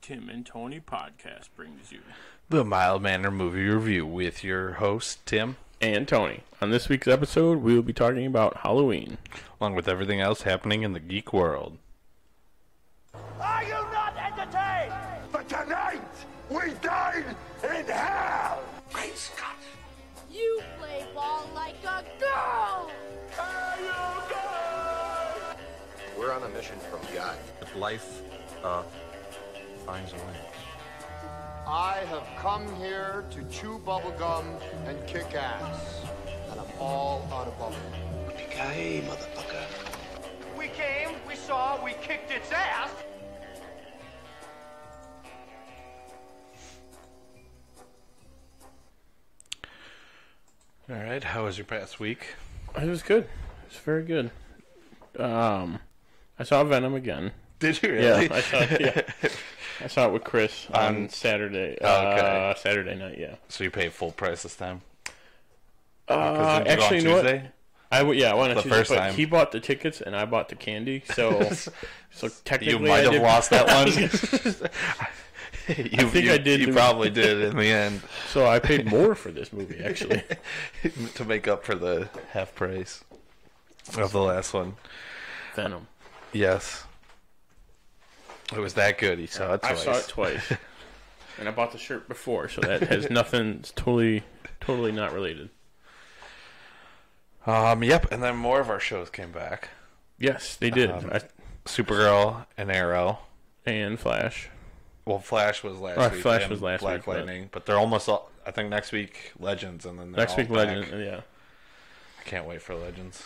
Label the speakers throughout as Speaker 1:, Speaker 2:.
Speaker 1: Tim and Tony podcast brings you.
Speaker 2: The Mild Manner Movie Review with your host, Tim,
Speaker 3: and Tony. On this week's episode, we will be talking about Halloween.
Speaker 2: along with everything else happening in the geek world.
Speaker 4: Are you not entertained?
Speaker 5: But tonight, we dine in hell!
Speaker 4: Great Scott!
Speaker 6: You play ball like a girl!
Speaker 7: We're on a mission from God.
Speaker 8: If life uh, finds a way.
Speaker 9: I have come here to chew bubblegum and kick ass. And I'm all out of bubblegum.
Speaker 7: Hey, motherfucker.
Speaker 4: We came, we saw, we kicked its ass!
Speaker 2: All right, how was your past week?
Speaker 3: It was good. It was very good. Um, I saw Venom again.
Speaker 2: Did you
Speaker 3: Yeah,
Speaker 2: really?
Speaker 3: I saw it. Yeah. I saw it with Chris on
Speaker 2: On-
Speaker 3: Saturday.
Speaker 2: Okay.
Speaker 3: Uh, Saturday night, yeah.
Speaker 2: so you paid full price this time?
Speaker 3: Uh,
Speaker 2: didn't you go on
Speaker 3: actually, you know what?
Speaker 2: Tuesday?
Speaker 3: I w- yeah, I went on
Speaker 2: The
Speaker 3: Tuesday,
Speaker 2: first
Speaker 3: but
Speaker 2: time.
Speaker 3: he bought the tickets and I bought the candy, so so technically
Speaker 2: You
Speaker 3: I
Speaker 2: might have
Speaker 3: did-
Speaker 2: lost that
Speaker 3: I
Speaker 2: one.
Speaker 3: was gonna-
Speaker 2: you,
Speaker 3: think
Speaker 2: you-
Speaker 3: I did
Speaker 2: You
Speaker 3: lose.
Speaker 2: probably did in the end
Speaker 3: so I paid more for this movie actually.
Speaker 2: to make up for the half price of the last one.
Speaker 3: Venom.
Speaker 2: Yes. It was that good. He saw it
Speaker 3: I
Speaker 2: twice.
Speaker 3: saw it twice, and I bought the shirt before, so that has nothing. It's totally, totally not related.
Speaker 2: Um, yep, and then more of our shows came back.
Speaker 3: Yes, they did. I,
Speaker 2: Supergirl and Arrow.
Speaker 3: and Flash.
Speaker 2: Well, Flash was last
Speaker 3: Or
Speaker 2: week.
Speaker 3: Flash
Speaker 2: and
Speaker 3: was last
Speaker 2: Black
Speaker 3: week, but-
Speaker 2: Lightning, but... they're almost all. I think next week Legends, and then they're
Speaker 3: Next
Speaker 2: all
Speaker 3: week,
Speaker 2: back.
Speaker 3: Legends. Yeah.
Speaker 2: I can't wait for Legends.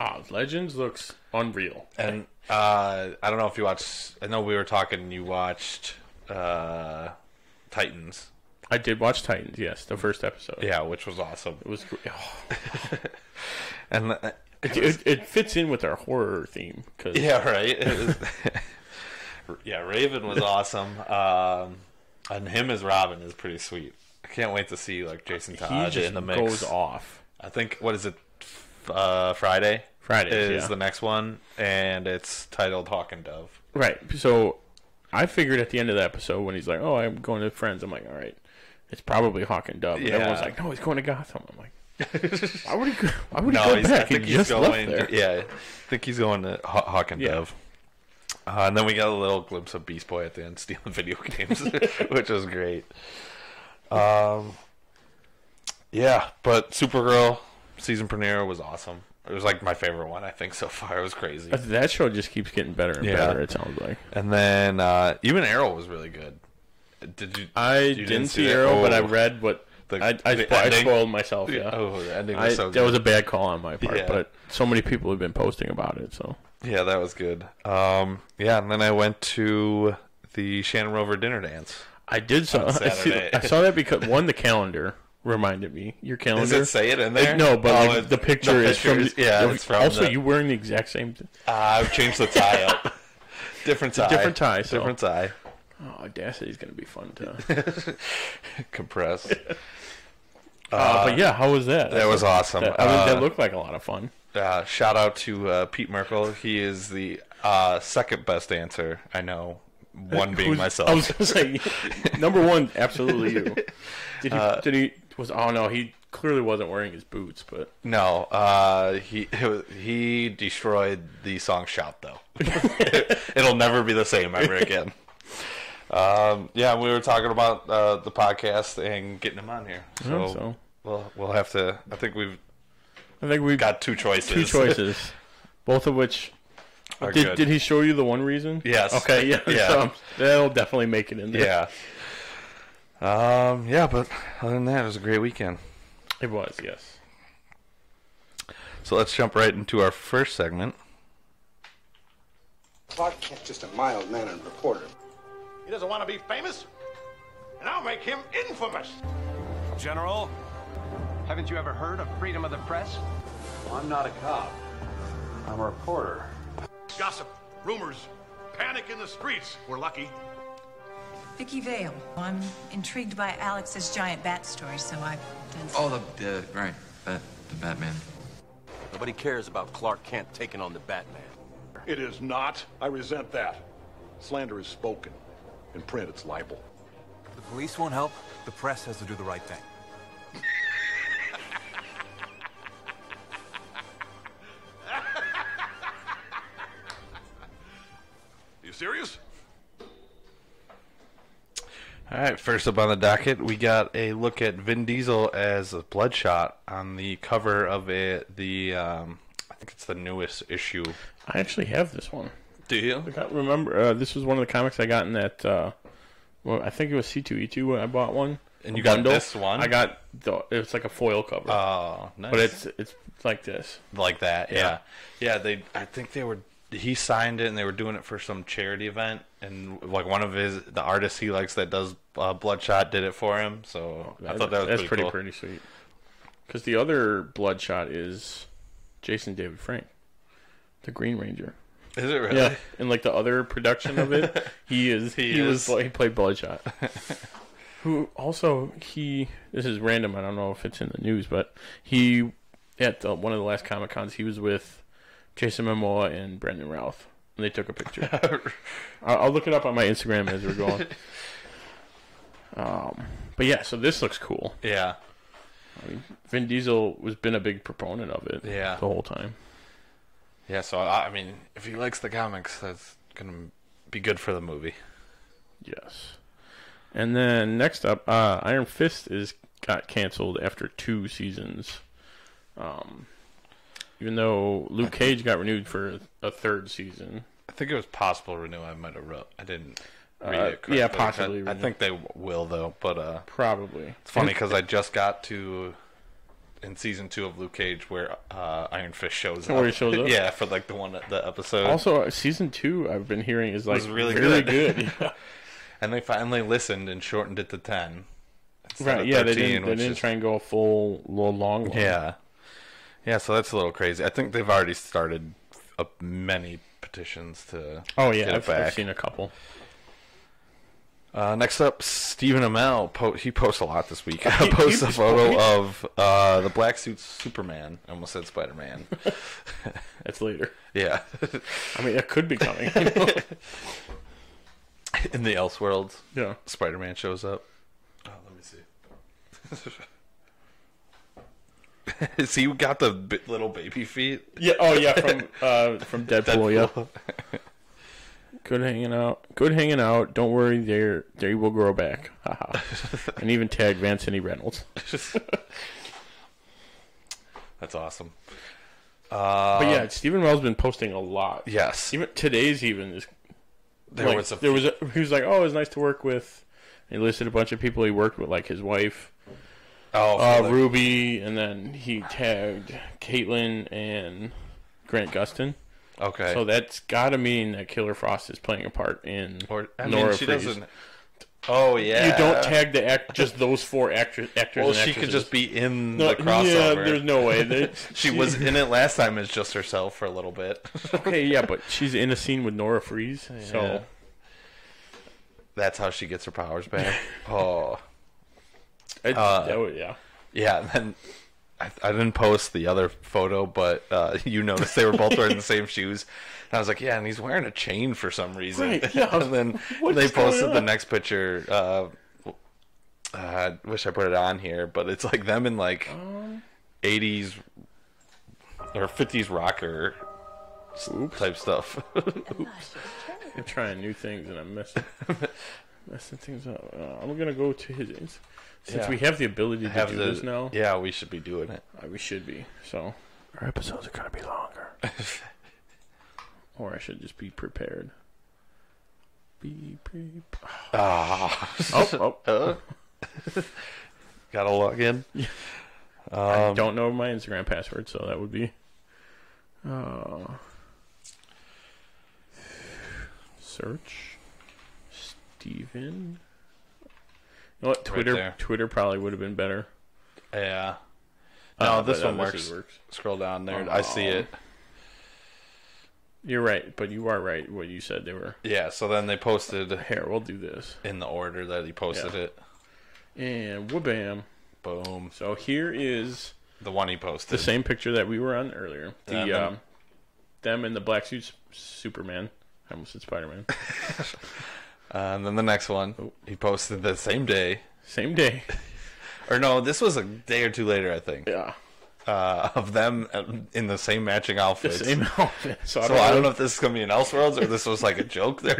Speaker 3: Ah, Legends looks unreal.
Speaker 2: And uh, I don't know if you watched. I know we were talking. You watched uh, Titans,
Speaker 3: I did watch Titans. Yes, the first episode.
Speaker 2: yeah, which was awesome.
Speaker 3: It was. gr- Oh,
Speaker 2: And uh,
Speaker 3: it, it, it fits in with our horror theme because
Speaker 2: yeah, right. It was- yeah, Raven was awesome. Um, and him as Robin is pretty sweet. I can't wait to see like Jason
Speaker 3: he
Speaker 2: Todd
Speaker 3: just
Speaker 2: in Uh, the mix.
Speaker 3: goes off.
Speaker 2: I think what is it? f- Uh, Friday.
Speaker 3: Fridays,
Speaker 2: is
Speaker 3: yeah.
Speaker 2: the next one, and it's titled Hawk and Dove.
Speaker 3: Right. So I figured at the end of the episode when he's like, "Oh, I'm going to friends," I'm like, "All right, it's probably Hawk and Dove." And
Speaker 2: Yeah.
Speaker 3: everyone's like, "No, he's going to Gotham." I'm like, "Why would he? Go, why would he
Speaker 2: No,
Speaker 3: go
Speaker 2: he's, I
Speaker 3: back? He
Speaker 2: think he's
Speaker 3: just left
Speaker 2: going.
Speaker 3: there."
Speaker 2: yeah, I think he's going to Haw- Hawk and
Speaker 3: Yeah.
Speaker 2: Dove. Uh, and then we got a little glimpse of Beast Boy at the end stealing video games, which was great. Um, yeah, but Supergirl season premiere was awesome. It was like my favorite one I think so far. It was crazy.
Speaker 3: But That show just keeps getting better and
Speaker 2: Yeah.
Speaker 3: better. It sounds like
Speaker 2: And then uh, even Arrow was really good. Did you?
Speaker 3: I
Speaker 2: you
Speaker 3: didn't, see
Speaker 2: that?
Speaker 3: Arrow, but I
Speaker 2: Oh.
Speaker 3: read what
Speaker 2: The-
Speaker 3: I, I,
Speaker 2: the
Speaker 3: spo- I
Speaker 2: ending?
Speaker 3: spoiled myself. Yeah,
Speaker 2: Oh, the ending
Speaker 3: I,
Speaker 2: was so
Speaker 3: that
Speaker 2: good.
Speaker 3: was a bad call on my part.
Speaker 2: Yeah.
Speaker 3: But so many people have been posting about it. So
Speaker 2: yeah, that was good. Um, yeah, and then I went to the Shannon Rover dinner dance.
Speaker 3: I did saw. I, see-
Speaker 2: Saturday.
Speaker 3: I saw that because one, the calendar reminded me. Your calendar.
Speaker 2: Does it say it in there?
Speaker 3: No, but
Speaker 2: Oh,
Speaker 3: like,
Speaker 2: it-
Speaker 3: the picture is from.
Speaker 2: pictures- yeah, it's from
Speaker 3: also,
Speaker 2: the-
Speaker 3: you wearing the exact same. Th-
Speaker 2: Uh, I've changed the tie up. different tie.
Speaker 3: different tie, so.
Speaker 2: Different tie.
Speaker 3: oh, Audacity's gonna be fun to.
Speaker 2: Compressed.
Speaker 3: Uh, but yeah, how was that?
Speaker 2: That was awesome.
Speaker 3: That, I mean,
Speaker 2: Uh,
Speaker 3: that looked like a lot of fun.
Speaker 2: Uh, shout out to uh, Pete Merkel. He is the uh, second best dancer I know. One being
Speaker 3: Uh, Who's-
Speaker 2: myself.
Speaker 3: I was gonna say, number one, absolutely you. Did he?
Speaker 2: Uh,
Speaker 3: did he? Was oh no, he clearly wasn't wearing his boots, but
Speaker 2: No, uh, he it was- he destroyed the song "Shout" though. It'll never be the same ever again. Um, yeah, we were talking about uh, the podcast and getting him on here, so,
Speaker 3: Yeah, so.
Speaker 2: we'll we'll have to. I think we've
Speaker 3: I think we've got
Speaker 2: got two choices.
Speaker 3: two choices, both of which.
Speaker 2: Are
Speaker 3: Did,
Speaker 2: good.
Speaker 3: did he show you the one reason?
Speaker 2: Yes.
Speaker 3: Okay. Yeah.
Speaker 2: Yeah.
Speaker 3: so that'll definitely make it in there.
Speaker 2: yeah. Um. Yeah, but other than that, it was a great weekend.
Speaker 3: It was. Yes.
Speaker 2: So let's jump right into our first segment.
Speaker 10: Clark Kent's just a mild-mannered reporter.
Speaker 5: He doesn't want to be famous, and I'll make him infamous.
Speaker 8: General,
Speaker 5: Haven't you ever heard of freedom of the press?
Speaker 7: I'm not a cop. I'm a reporter.
Speaker 5: Gossip, rumors, panic in the streets. We're lucky.
Speaker 11: Vicky Vale. I'm intrigued by Alex's giant bat story, so I've done some.
Speaker 8: Oh, the, the right, Bat, the Batman.
Speaker 7: Nobody cares about Clark Kent taking on the Batman.
Speaker 5: It is not. I resent that. Slander is spoken.
Speaker 12: In print, it's libel.
Speaker 13: The police won't help. The press has to do the right thing.
Speaker 12: You serious?
Speaker 2: All right, first up on the docket, we got a look at Vin Diesel as a Bloodshot on the cover of it. The um, I think it's the newest issue.
Speaker 3: I actually have this one.
Speaker 2: Do you?
Speaker 3: I can't remember. Uh, this was one of the comics I got in that. Uh, well, I think it was C two E two when I bought one.
Speaker 2: And
Speaker 3: A
Speaker 2: you got this one?
Speaker 3: I got the. It's like a foil cover.
Speaker 2: Oh, nice.
Speaker 3: But it's it's like this.
Speaker 2: like that. Yeah.
Speaker 3: Yeah.
Speaker 2: yeah, They, I think they were. He signed it, and they were doing it for some charity event, and like one of his the artists he likes that does uh, Bloodshot did it for him. So I thought that was
Speaker 3: that's pretty
Speaker 2: cool.
Speaker 3: pretty sweet. Because the other Bloodshot is Jason David Frank, the Green Ranger.
Speaker 2: Is it really?
Speaker 3: Yeah, and like the other production of it, he is
Speaker 2: He
Speaker 3: he, was
Speaker 2: is.
Speaker 3: he played Bloodshot. Who also he this is random. I don't know if it's in the news, but he at the, one of the last Comic Cons he was with Jason Momoa and Brendan Routh, and they took a picture. I'll, I'll look it up on my Instagram as we're going. um, but yeah, so this looks cool.
Speaker 2: Yeah.
Speaker 3: I mean, Vin Diesel was been a big proponent of it.
Speaker 2: Yeah.
Speaker 3: the whole time.
Speaker 2: Yeah, so I I mean, if he likes the comics, that's gonna be good for the movie.
Speaker 3: Yes. And then next up, uh, Iron Fist is got canceled after two seasons. Um, even though Luke Cage got renewed for a third season.
Speaker 2: I think it was possible renew. I might have wrote. I didn't.
Speaker 3: Uh,
Speaker 2: Read it correctly.
Speaker 3: yeah, possibly
Speaker 2: I, I
Speaker 3: renew.
Speaker 2: think they will though, but uh,
Speaker 3: Probably.
Speaker 2: it's funny because I just got to in season two of Luke Cage where uh, Iron Fist shows up.
Speaker 3: Where he shows up?
Speaker 2: yeah, for like the one the episode.
Speaker 3: Also, uh, season two I've been hearing is
Speaker 2: It
Speaker 3: like
Speaker 2: was really
Speaker 3: really
Speaker 2: good.
Speaker 3: good.
Speaker 2: and they finally listened and shortened it to ten. instead
Speaker 3: right?
Speaker 2: of
Speaker 3: Yeah, they
Speaker 2: 13,
Speaker 3: didn't. They
Speaker 2: which
Speaker 3: didn't
Speaker 2: is-
Speaker 3: try and go full little long. one.
Speaker 2: Yeah. Yeah, so that's a little crazy. I think they've already started up many petitions to
Speaker 3: Oh yeah,
Speaker 2: get it
Speaker 3: I've,
Speaker 2: back.
Speaker 3: I've seen a couple.
Speaker 2: Uh, next up, Stephen Amell. Po- he posts a lot this week. posts a
Speaker 3: He-
Speaker 2: photo of uh, the black suit Superman. I almost said Spider Man.
Speaker 3: That's later.
Speaker 2: Yeah.
Speaker 3: I mean, it could be coming.
Speaker 2: In the Elseworlds,
Speaker 3: Yeah.
Speaker 2: Spider Man shows up.
Speaker 8: Oh, let me see.
Speaker 2: See, you got the bi- little baby feet.
Speaker 3: Yeah. Oh yeah. From uh, from Deadpool. Yeah. Good hanging out. Good hanging out. Don't worry, they they will grow back. Haha. and even tag Vancini Reynolds.
Speaker 2: That's awesome. Uh,
Speaker 3: but yeah, Stephen Well's been posting a lot.
Speaker 2: Yes.
Speaker 3: Even today's even is.
Speaker 2: There
Speaker 3: like,
Speaker 2: was a-
Speaker 3: there was a, he was like oh it was nice to work with. He listed a bunch of people he worked with, like his wife.
Speaker 2: Oh,
Speaker 3: uh,
Speaker 2: for the-
Speaker 3: Ruby, and then he tagged Caitlin and Grant Gustin.
Speaker 2: Okay.
Speaker 3: So that's got to mean that Killer Frost is playing a part in or,
Speaker 2: I mean,
Speaker 3: Nora
Speaker 2: she
Speaker 3: Free's-
Speaker 2: doesn't- Oh,
Speaker 3: You don't
Speaker 2: yeah.
Speaker 3: tag the act just those four actors. actors
Speaker 2: Well,
Speaker 3: and
Speaker 2: she could
Speaker 3: actresses.
Speaker 2: just be in
Speaker 3: No,
Speaker 2: the crossover.
Speaker 3: Yeah, there's no way. They-
Speaker 2: she was in it last time as just herself for a little bit.
Speaker 3: okay, yeah, but she's in a scene with Nora Freeze,
Speaker 2: Yeah.
Speaker 3: so
Speaker 2: That's how she gets her powers back. oh,
Speaker 3: It-
Speaker 2: Uh,
Speaker 3: that would- yeah.
Speaker 2: yeah. And then I, I didn't post the other photo, but uh, you noticed they were both wearing the same shoes. And I was like, yeah, and he's wearing a chain for some reason.
Speaker 3: Right, yeah.
Speaker 2: and then
Speaker 3: What's
Speaker 2: they
Speaker 3: going
Speaker 2: posted the
Speaker 3: on?
Speaker 2: next picture. Uh, I wish I put it on here, but it's like them in like
Speaker 3: Uh.
Speaker 2: '80s or '50s rocker s- type stuff.
Speaker 3: I'm trying new things and I'm messing messing things up. Uh, I'm gonna go to his ins- since
Speaker 2: Yeah.
Speaker 3: we have the ability to
Speaker 2: Have
Speaker 3: do
Speaker 2: the-
Speaker 3: this now.
Speaker 2: Yeah, we should be doing it.
Speaker 3: uh, we should be. So our episodes are gonna be longer, or I should just be prepared. Be prepared.
Speaker 2: Ah.
Speaker 3: Oh, oh.
Speaker 2: Gotta log in.
Speaker 3: I don't know my Instagram password, so that would be. Uh, search Steven. You know what? Twitter
Speaker 2: there.
Speaker 3: Twitter probably would have been better.
Speaker 2: Yeah. No,
Speaker 3: Uh,
Speaker 2: this
Speaker 3: but, uh,
Speaker 2: one works.
Speaker 3: is-
Speaker 2: Scroll down there. I see it.
Speaker 3: You're right, but you are right what you said they were.
Speaker 2: Yeah, so then they posted.
Speaker 3: Here, we'll do this.
Speaker 2: In the order that he posted
Speaker 3: Yeah.
Speaker 2: it.
Speaker 3: And whoobam.
Speaker 2: Boom.
Speaker 3: So here is
Speaker 2: the one he posted.
Speaker 3: The same picture that we were on earlier. The
Speaker 2: Them and-
Speaker 3: um, them in the black suits Superman. I almost said Spider Man.
Speaker 2: Uh, and then the next one,
Speaker 3: Oh.
Speaker 2: he posted the same day.
Speaker 3: Same day.
Speaker 2: or no, this was a day or two later, I think. Yeah. Uh, of them um, in the same matching outfits.
Speaker 3: same outfits.
Speaker 2: So, I don't, know if this is going to be an Elseworlds or this was like a joke they're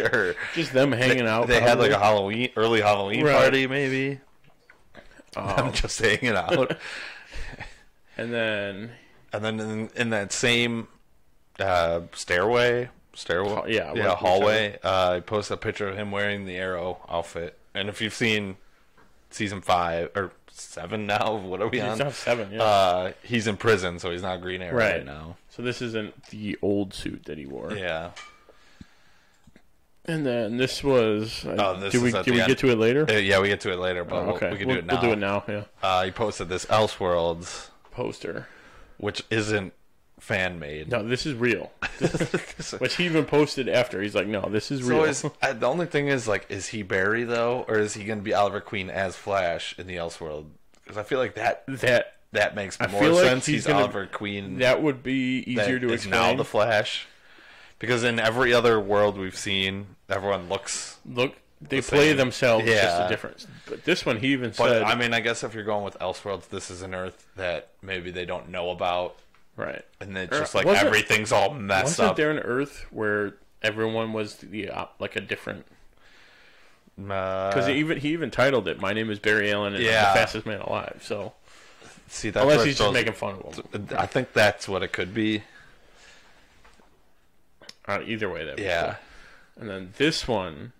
Speaker 2: or
Speaker 3: Just them hanging
Speaker 2: they,
Speaker 3: out,
Speaker 2: They had like a
Speaker 3: probably.
Speaker 2: Halloween, early Halloween
Speaker 3: Right. Oh.
Speaker 2: party, maybe. I'm just hanging out.
Speaker 3: and then,
Speaker 2: and then in, in that same uh, stairway, stairwell,
Speaker 3: yeah,
Speaker 2: yeah,
Speaker 3: what-
Speaker 2: hallway, uh, I posted a picture of him wearing the arrow outfit. And if you've seen season five or seven now, what are we
Speaker 3: It's
Speaker 2: on?
Speaker 3: not seven, yeah.
Speaker 2: Um, Uh, he's in prison, so he's not Green Arrow right,
Speaker 3: Right.
Speaker 2: now.
Speaker 3: So this isn't the old suit that he wore.
Speaker 2: Yeah.
Speaker 3: And then this was. uh,
Speaker 2: Oh, this
Speaker 3: do we
Speaker 2: is at
Speaker 3: do
Speaker 2: the
Speaker 3: we
Speaker 2: end.
Speaker 3: get to it later?
Speaker 2: Uh, yeah, we get to it later, but
Speaker 3: Oh,
Speaker 2: we'll-
Speaker 3: okay.
Speaker 2: we can do
Speaker 3: We'll-
Speaker 2: it now.
Speaker 3: we'll do it now, yeah.
Speaker 2: Uh, he posted this Elseworlds
Speaker 3: poster,
Speaker 2: which isn't fan made.
Speaker 3: No, this is real. Which he even posted after. He's like, "No, this is
Speaker 2: So
Speaker 3: real."
Speaker 2: is, uh, the only thing is like, is he Barry though, or is he going to be Oliver Queen as Flash in the Elseworld? Because I feel like that
Speaker 3: That-
Speaker 2: that makes
Speaker 3: I
Speaker 2: more
Speaker 3: feel like
Speaker 2: sense.
Speaker 3: he's
Speaker 2: He's,
Speaker 3: gonna-
Speaker 2: Oliver Queen.
Speaker 3: that would be easier
Speaker 2: that
Speaker 3: to
Speaker 2: is now
Speaker 3: explain.
Speaker 2: the Flash, because in every other world we've seen, everyone looks
Speaker 3: Look, they
Speaker 2: the
Speaker 3: play
Speaker 2: same.
Speaker 3: themselves. it's Just
Speaker 2: Yeah.
Speaker 3: the difference. But this one, he even
Speaker 2: But
Speaker 3: said,
Speaker 2: I mean, I guess if you're going with Elseworlds, this is an Earth that maybe they don't know about,
Speaker 3: right?
Speaker 2: And it's
Speaker 3: Or
Speaker 2: just like
Speaker 3: wasn't-
Speaker 2: everything's all messed
Speaker 3: wasn't
Speaker 2: up.
Speaker 3: there an Earth where everyone was the op- like a different? Because
Speaker 2: Because
Speaker 3: even he even titled it, "My name is Barry Allen, and
Speaker 2: Uh, Yeah.
Speaker 3: I'm the fastest man alive." So,
Speaker 2: see that's
Speaker 3: unless
Speaker 2: where
Speaker 3: he's just
Speaker 2: those-
Speaker 3: making fun of him.
Speaker 2: I think that's what it could be.
Speaker 3: Uh, either way, that
Speaker 2: Yeah.
Speaker 3: And then this one,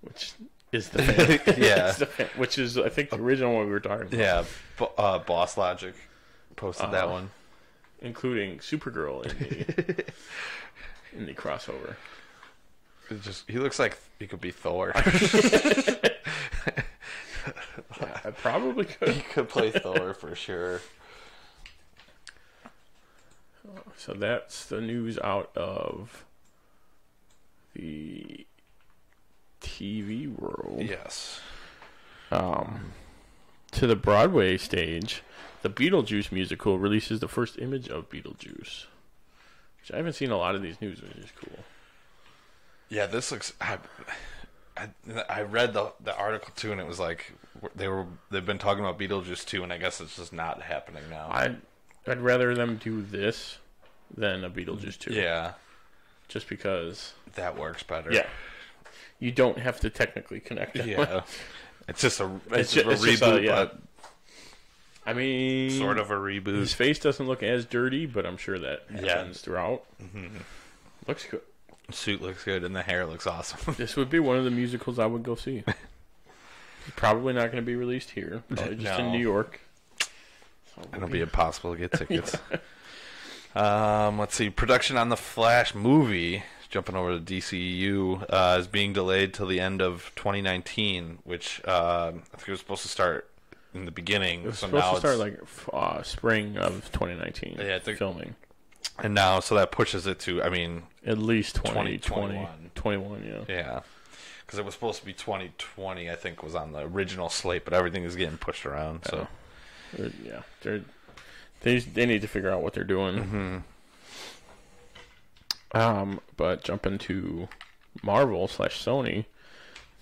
Speaker 3: which is the fan.
Speaker 2: Yeah.
Speaker 3: It's the fan- which is I think the original one we were talking about.
Speaker 2: Yeah, bo- uh, Boss Logic posted that
Speaker 3: Uh,
Speaker 2: one.
Speaker 3: including Supergirl in the in the crossover.
Speaker 2: It just he looks like he could be Thor.
Speaker 3: Yeah, I probably could.
Speaker 2: he could play Thor for sure.
Speaker 3: So that's the news out of the TV world.
Speaker 2: Yes.
Speaker 3: Um, to the Broadway stage, the Beetlejuice musical releases the first image of Beetlejuice, which I haven't seen a lot of these news, which is cool.
Speaker 2: Yeah, this looks. I, I, I read the the article too, and it was like they were they've been talking about Beetlejuice too, and I guess it's just not happening now.
Speaker 3: I'd I'd rather them do this than a Beetlejuice two.
Speaker 2: Yeah.
Speaker 3: Just because
Speaker 2: that works better.
Speaker 3: Yeah. You don't have to technically connect. them.
Speaker 2: Yeah. It's just a- it's
Speaker 3: ju-
Speaker 2: a
Speaker 3: just
Speaker 2: reboot, but
Speaker 3: I mean,
Speaker 2: sort of a reboot.
Speaker 3: His face doesn't look as dirty, but I'm sure that happens
Speaker 2: Yeah. Mm-hmm.
Speaker 3: throughout. Looks good.
Speaker 2: Suit looks good, and the hair looks awesome.
Speaker 3: This would be one of the musicals I would go see. Probably not going to be released here. Probably just in
Speaker 2: No.
Speaker 3: New York.
Speaker 2: It'll be impossible to get tickets. um, let's see. Production on the Flash movie, jumping over to DCU, uh, is being delayed till the end of 2019, which uh, I think it was supposed to start in the beginning.
Speaker 3: It was
Speaker 2: so
Speaker 3: supposed
Speaker 2: now
Speaker 3: to start
Speaker 2: it's-
Speaker 3: like f- uh, spring of 2019.
Speaker 2: Yeah, I think-
Speaker 3: filming
Speaker 2: and now so that pushes it to. I mean,
Speaker 3: at least 20,
Speaker 2: 2021.
Speaker 3: 20, 21, yeah.
Speaker 2: Yeah. Because it was supposed to be 2020, I think, was on the original slate, but everything is getting pushed around. So,
Speaker 3: They're- yeah, they're they they need to figure out what they're doing.
Speaker 2: Mm-hmm.
Speaker 3: Um, but jumping to Marvel slash Sony,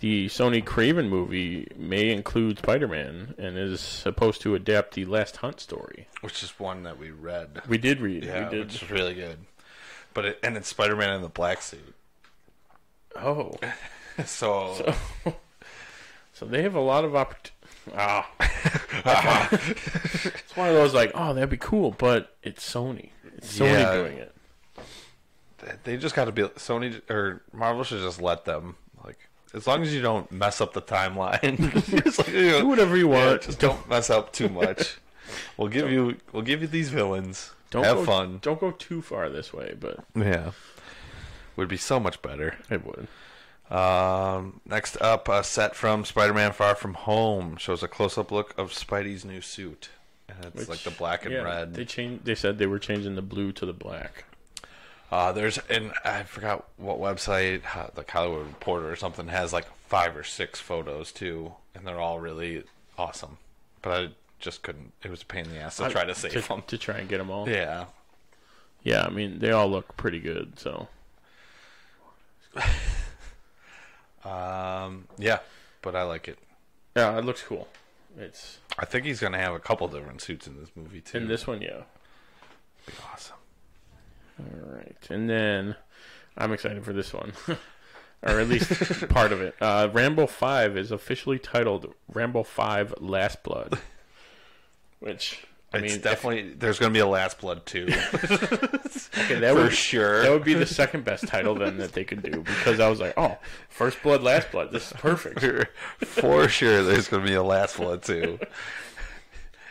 Speaker 3: the Sony Craven movie may include Spider Man and is supposed to adapt the Last Hunt story.
Speaker 2: which is one that we read.
Speaker 3: We did read. it.
Speaker 2: Yeah,
Speaker 3: we did.
Speaker 2: which is really good. But it, and it's Spider Man in the black suit.
Speaker 3: Oh,
Speaker 2: So,
Speaker 3: so, so they have a lot of opportunities. Ah, it's one of those like, oh, that'd be cool, but it's Sony. It's Sony
Speaker 2: Yeah.
Speaker 3: doing it.
Speaker 2: th- they just got to be Sony or Marvel should just let them like as long as you don't mess up the timeline. It's like, you know,
Speaker 3: Do whatever you
Speaker 2: yeah,
Speaker 3: want.
Speaker 2: just don't mess up too much. we'll give you we'll give you these villains.
Speaker 3: Don't
Speaker 2: have
Speaker 3: go,
Speaker 2: fun.
Speaker 3: Don't go too far this way, but
Speaker 2: Yeah. Would be so much better.
Speaker 3: It would.
Speaker 2: Um, next up, a set from Spider-Man: Far From Home shows a close-up look of Spidey's new suit, and it's
Speaker 3: Which-
Speaker 2: like the black and
Speaker 3: yeah,
Speaker 2: red.
Speaker 3: They changed. They said they were changing the blue to the black.
Speaker 2: Uh, there's and I forgot what website, ho- like Hollywood Reporter or something, has like five or six photos too, and they're all really awesome. But I just couldn't. It was a pain in the ass to
Speaker 3: I-
Speaker 2: try to save
Speaker 3: to,
Speaker 2: them.
Speaker 3: to try and get them all.
Speaker 2: Yeah,
Speaker 3: yeah. I mean, they all look pretty good. So
Speaker 2: um, Yeah, but I like it.
Speaker 3: Yeah, it looks cool. It's
Speaker 2: I think he's gonna have a couple different suits in this movie too.
Speaker 3: in this one, yeah.
Speaker 2: Be awesome.
Speaker 3: All right, and then I'm excited for this one, or at least part of it. Uh, Rambo Five is officially titled Rambo Five: Last Blood, which I
Speaker 2: it's
Speaker 3: mean,
Speaker 2: definitely there's gonna be a Last Blood too.
Speaker 3: Okay, that
Speaker 2: for
Speaker 3: would,
Speaker 2: sure.
Speaker 3: That would be the second best title then that they could do because I was like, oh, First Blood, Last Blood. This is perfect.
Speaker 2: for sure, there's gonna be a Last Blood too.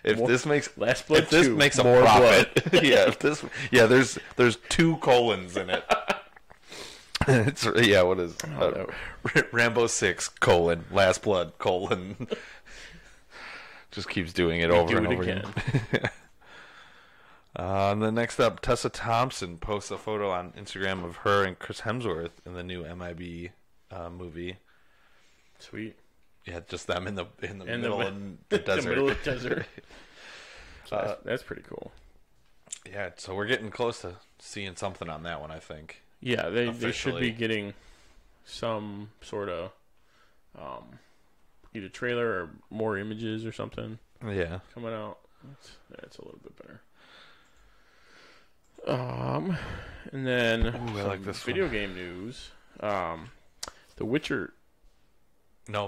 Speaker 2: If
Speaker 3: More-
Speaker 2: this makes
Speaker 3: Last Blood
Speaker 2: if this
Speaker 3: 2,
Speaker 2: makes a
Speaker 3: more
Speaker 2: profit,
Speaker 3: blood.
Speaker 2: yeah. If this, yeah, there's there's two colons in it. it's yeah. What is uh, R- Rambo six colon Last Blood colon? Just keeps doing it
Speaker 3: We
Speaker 2: over
Speaker 3: do
Speaker 2: and
Speaker 3: it
Speaker 2: over again. Uh, and then next up, Tessa Thompson posts a photo on Instagram of her and Chris Hemsworth in the new MIB uh, movie.
Speaker 3: Sweet.
Speaker 2: Yeah, just them in the in the
Speaker 3: In the
Speaker 2: middle
Speaker 3: mi-
Speaker 2: of the
Speaker 3: the
Speaker 2: desert.
Speaker 3: middle of the desert. So
Speaker 2: Uh,
Speaker 3: that's, that's pretty cool.
Speaker 2: yeah, so we're getting close to seeing something on that one. I think.
Speaker 3: Yeah, they, they should be
Speaker 2: Officially.
Speaker 3: getting some sort of um, either trailer or more images or something.
Speaker 2: Yeah.
Speaker 3: coming out. That's, that's a little bit better. Um, and then
Speaker 2: Ooh, I
Speaker 3: some
Speaker 2: like this
Speaker 3: video
Speaker 2: one.
Speaker 3: game news. Um, The Witcher.
Speaker 2: No,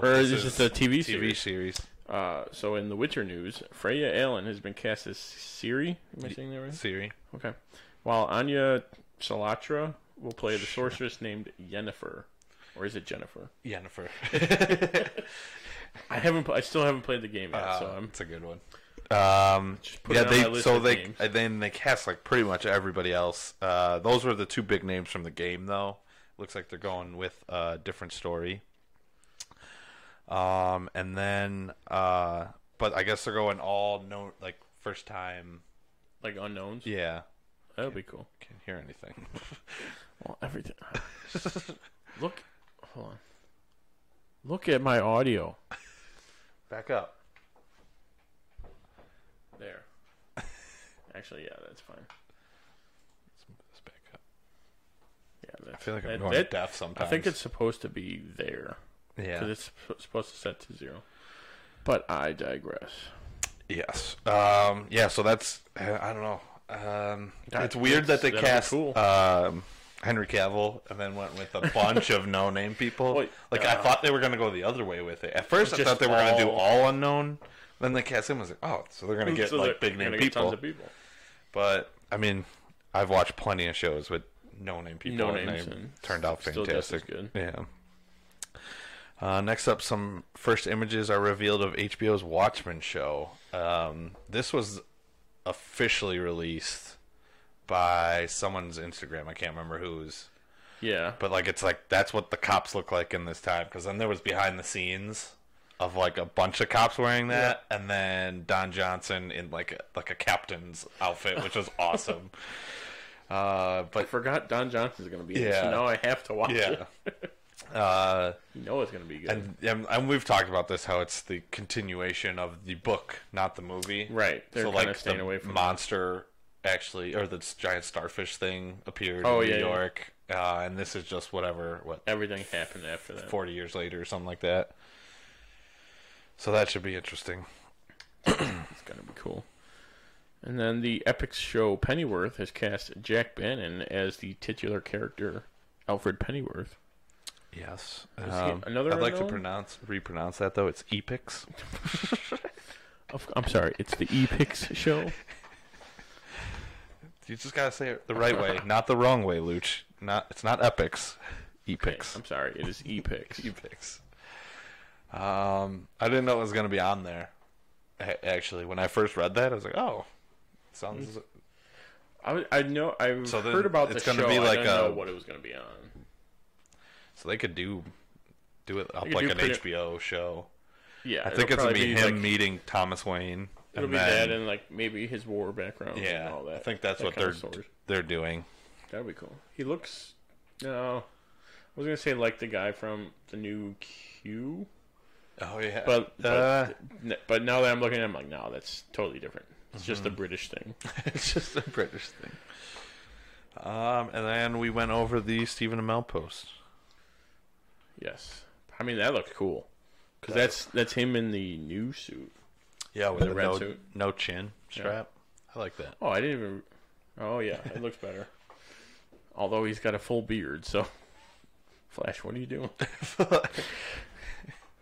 Speaker 3: or
Speaker 2: this
Speaker 3: this is
Speaker 2: is
Speaker 3: just a TV
Speaker 2: TV
Speaker 3: series.
Speaker 2: series.
Speaker 3: Uh, so in The Witcher news, Freya Allen has been cast as Siri. Am I
Speaker 2: Y-
Speaker 3: saying that right?
Speaker 2: Siri.
Speaker 3: Okay. While Anya Salatra will play the sorceress named Yennefer, or is it Jennifer?
Speaker 2: Yennefer.
Speaker 3: I haven't. pl- I still haven't played the game yet, so I'm.
Speaker 2: It's a good one. Um,
Speaker 3: put
Speaker 2: yeah,
Speaker 3: it on my
Speaker 2: they
Speaker 3: list
Speaker 2: so
Speaker 3: of
Speaker 2: they
Speaker 3: names.
Speaker 2: and then they cast like pretty much everybody else. Uh, those were the two big names from the game, though. Looks like they're going with a different story. Um, and then, uh, but I guess they're going all no like first time.
Speaker 3: Like unknowns.
Speaker 2: Yeah,
Speaker 3: That would be cool.
Speaker 2: can't hear anything.
Speaker 3: Well, everything. Look, hold on. Look at my audio.
Speaker 2: Back up.
Speaker 3: There. Actually, yeah, that's fine.
Speaker 2: Let's back up.
Speaker 3: Yeah, that's,
Speaker 2: feel like I'm going deaf
Speaker 3: I think
Speaker 2: sometimes.
Speaker 3: it's supposed to be there.
Speaker 2: Yeah.
Speaker 3: 'Cause it's sup- supposed to set to zero. But I digress.
Speaker 2: Yes. Um, yeah. So that's uh, I don't know. Um,
Speaker 3: That-
Speaker 2: it's weird that they
Speaker 3: that'd be
Speaker 2: cast
Speaker 3: cool.
Speaker 2: um, Henry Cavill and then went with a bunch of no-name people.
Speaker 3: Wait,
Speaker 2: like I
Speaker 3: uh,
Speaker 2: thought they were going to go the other way with it. At first, I
Speaker 3: Just
Speaker 2: thought they were going to do
Speaker 3: all-
Speaker 2: all unknown. Then they cast him. I was like, oh, so they're going to get
Speaker 3: So
Speaker 2: like
Speaker 3: they're
Speaker 2: big name
Speaker 3: gonna get
Speaker 2: people.
Speaker 3: Tons of people.
Speaker 2: But I mean, I've watched plenty of shows with no-name people.
Speaker 3: No
Speaker 2: and
Speaker 3: names
Speaker 2: they
Speaker 3: and
Speaker 2: turned out
Speaker 3: still just as
Speaker 2: fantastic.
Speaker 3: good.
Speaker 2: Yeah. Uh, next up, some first images are revealed of HBO's Watchmen show. Um, this was officially released by someone's Instagram. I can't remember whose,
Speaker 3: Yeah.
Speaker 2: but like it's like that's what the cops look like in this time. Because then there was behind the scenes of like a bunch of cops wearing that, and then Don Johnson in like a, like a captain's outfit, which was awesome. uh,
Speaker 3: I
Speaker 2: but
Speaker 3: forgot Don Johnson's going to be in it, so
Speaker 2: Yeah.
Speaker 3: now I have to watch
Speaker 2: yeah.
Speaker 3: it.
Speaker 2: Uh,
Speaker 3: You know it's going to be good.
Speaker 2: and, and and we've talked about this how it's the continuation of the book, not the movie.
Speaker 3: Right, they're
Speaker 2: so
Speaker 3: kinda
Speaker 2: like
Speaker 3: staying
Speaker 2: the
Speaker 3: away from-
Speaker 2: monster actually, or the giant starfish thing appeared
Speaker 3: Oh,
Speaker 2: in
Speaker 3: yeah,
Speaker 2: New
Speaker 3: yeah.
Speaker 2: York, uh, and this is just whatever what
Speaker 3: Everything happened after that.
Speaker 2: forty years later or something like that. So that should be interesting.
Speaker 3: It's gonna be cool. And then the epic show Pennyworth has cast Jack Bannon as the titular character, Alfred Pennyworth.
Speaker 2: Yes. Um,
Speaker 3: Is he another
Speaker 2: I'd like to
Speaker 3: unknown?
Speaker 2: pronounce repronounce that though. It's Epix.
Speaker 3: Of- I'm sorry, it's the Epix show.
Speaker 2: You just gotta say it the right way, not the wrong way, Luch. Not it's not Epix.
Speaker 3: Okay,
Speaker 2: Epix.
Speaker 3: I'm sorry, it is Epix.
Speaker 2: Epix. Um, I didn't know it was gonna be on there. A- Actually, when I first read that, I was like, "Oh,
Speaker 3: Mm-hmm.
Speaker 2: sounds."
Speaker 3: I, would- I know I've
Speaker 2: So then
Speaker 3: heard about
Speaker 2: it's
Speaker 3: the
Speaker 2: gonna
Speaker 3: show.
Speaker 2: be
Speaker 3: I
Speaker 2: like
Speaker 3: didn't
Speaker 2: a-
Speaker 3: know what it was gonna be on.
Speaker 2: So they could do do it up
Speaker 3: could
Speaker 2: like
Speaker 3: do
Speaker 2: an
Speaker 3: pretty-
Speaker 2: HBO show.
Speaker 3: Yeah,
Speaker 2: I
Speaker 3: it'll
Speaker 2: think it's gonna
Speaker 3: probably
Speaker 2: be him
Speaker 3: like-
Speaker 2: meeting Thomas Wayne.
Speaker 3: It'll
Speaker 2: and
Speaker 3: be
Speaker 2: then-
Speaker 3: that and like maybe his war background.
Speaker 2: yeah,
Speaker 3: and all that.
Speaker 2: I think that's
Speaker 3: that
Speaker 2: what
Speaker 3: kind
Speaker 2: they're
Speaker 3: of story.
Speaker 2: they're doing.
Speaker 3: That'd be cool. He looks. No, I was gonna say like the guy from the new Q.
Speaker 2: Oh yeah,
Speaker 3: But but,
Speaker 2: Uh,
Speaker 3: n- but now that I'm looking at it, I'm like, no, that's totally different. It's just a British thing.
Speaker 2: Mm-hmm. it's just a British thing. Um, and then we went over the Stephen Amell post.
Speaker 3: Yes. I mean, that looked cool because that's that's him in the new suit.
Speaker 2: Yeah, with
Speaker 3: The
Speaker 2: the
Speaker 3: red
Speaker 2: no,
Speaker 3: suit.
Speaker 2: no chin
Speaker 3: Yeah.
Speaker 2: strap. I like that.
Speaker 3: Oh, I didn't even. Oh yeah, it looks better. Although he's got a full beard, so Flash, what are you doing?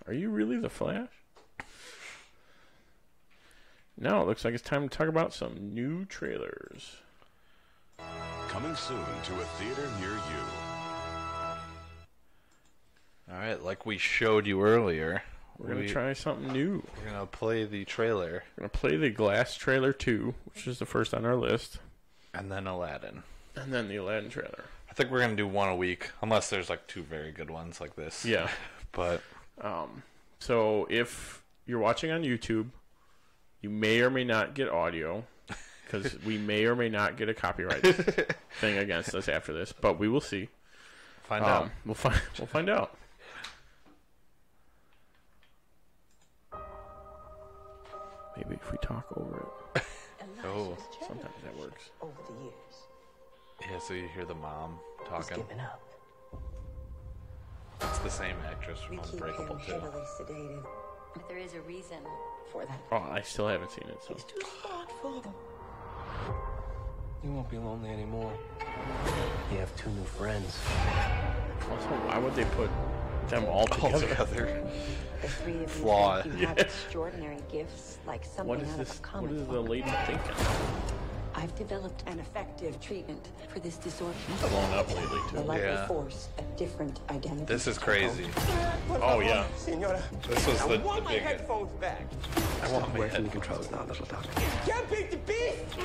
Speaker 3: are you really the Flash? Now it looks like it's time to talk about some new trailers.
Speaker 12: Coming soon to a theater near you.
Speaker 2: All right, like we showed you earlier,
Speaker 3: We're gonna
Speaker 2: we-
Speaker 3: try something new.
Speaker 2: We're gonna play the trailer.
Speaker 3: We're gonna play the Glass trailer two, which is the first on our list,
Speaker 2: and then Aladdin,
Speaker 3: and then the Aladdin trailer.
Speaker 2: I think we're gonna do one a week, unless there's like two very good ones like this.
Speaker 3: Yeah.
Speaker 2: but
Speaker 3: Um, so if you're watching on YouTube, you may or may not get audio because we may or may not get a copyright thing against us after this, but we will see. Um,
Speaker 2: Find out.
Speaker 3: We'll find. We'll find out. Maybe if we talk over it.
Speaker 2: oh,
Speaker 3: sometimes that works.
Speaker 14: Over the years,
Speaker 2: yeah. So you hear the mom
Speaker 14: he's
Speaker 2: talking.
Speaker 14: given up.
Speaker 2: It's the same actress
Speaker 14: We
Speaker 2: from
Speaker 14: keep
Speaker 2: Unbreakable
Speaker 14: him
Speaker 2: too.
Speaker 14: heavily sedated. But there is a reason for that.
Speaker 3: Oh, I still haven't seen it. So
Speaker 7: You won't be lonely anymore. You have two new friends.
Speaker 3: also, why would they put them all
Speaker 2: Oh,
Speaker 3: together?
Speaker 14: The three of you
Speaker 3: Flaw.
Speaker 14: think you have
Speaker 3: Yeah.
Speaker 14: extraordinary gifts, like something
Speaker 3: What is
Speaker 14: out of
Speaker 3: this?
Speaker 14: a
Speaker 3: What
Speaker 14: comic
Speaker 3: is the
Speaker 14: book.
Speaker 3: lady thinking?
Speaker 14: I've developed an effective treatment for this disorder.
Speaker 3: Blown up lately
Speaker 14: The
Speaker 3: too.
Speaker 14: likely force of different identity.
Speaker 2: This is crazy.
Speaker 3: Oh yeah.
Speaker 14: Senora.
Speaker 2: This was the, the big.
Speaker 14: headphones back.
Speaker 7: I want away from the controls now, little doctor.
Speaker 14: Can't beat the beast!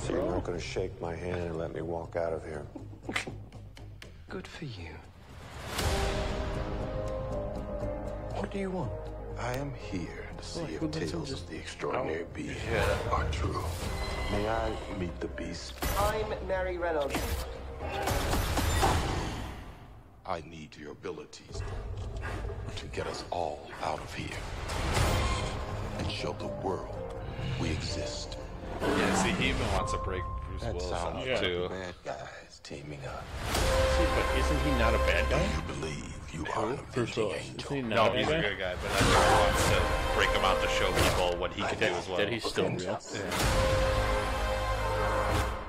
Speaker 8: So you're not going to shake my hand and let me walk out of here.
Speaker 7: Good for you. What do you want? Oh
Speaker 8: I am here to see if tales of the extraordinary beast
Speaker 2: Yeah.
Speaker 8: are true. May I meet the beast?
Speaker 15: I'm Mary Reynolds.
Speaker 12: I need your abilities to get us all out of here and show the world we exist.
Speaker 2: Yeah, see, he even wants to break Bruce
Speaker 12: That
Speaker 2: Willis
Speaker 12: sounds
Speaker 2: out
Speaker 12: like
Speaker 2: too.
Speaker 12: the bad guys teaming up.
Speaker 3: But isn't he not a bad guy?
Speaker 12: You believe you are an
Speaker 3: Bruce
Speaker 12: avenging
Speaker 3: Willis.
Speaker 12: angel.
Speaker 3: Isn't he
Speaker 2: No,
Speaker 3: not a
Speaker 2: he's a
Speaker 3: bad guy?
Speaker 2: good guy, but I think he wants to break him out to show people what he can do as well.
Speaker 3: That he's still real.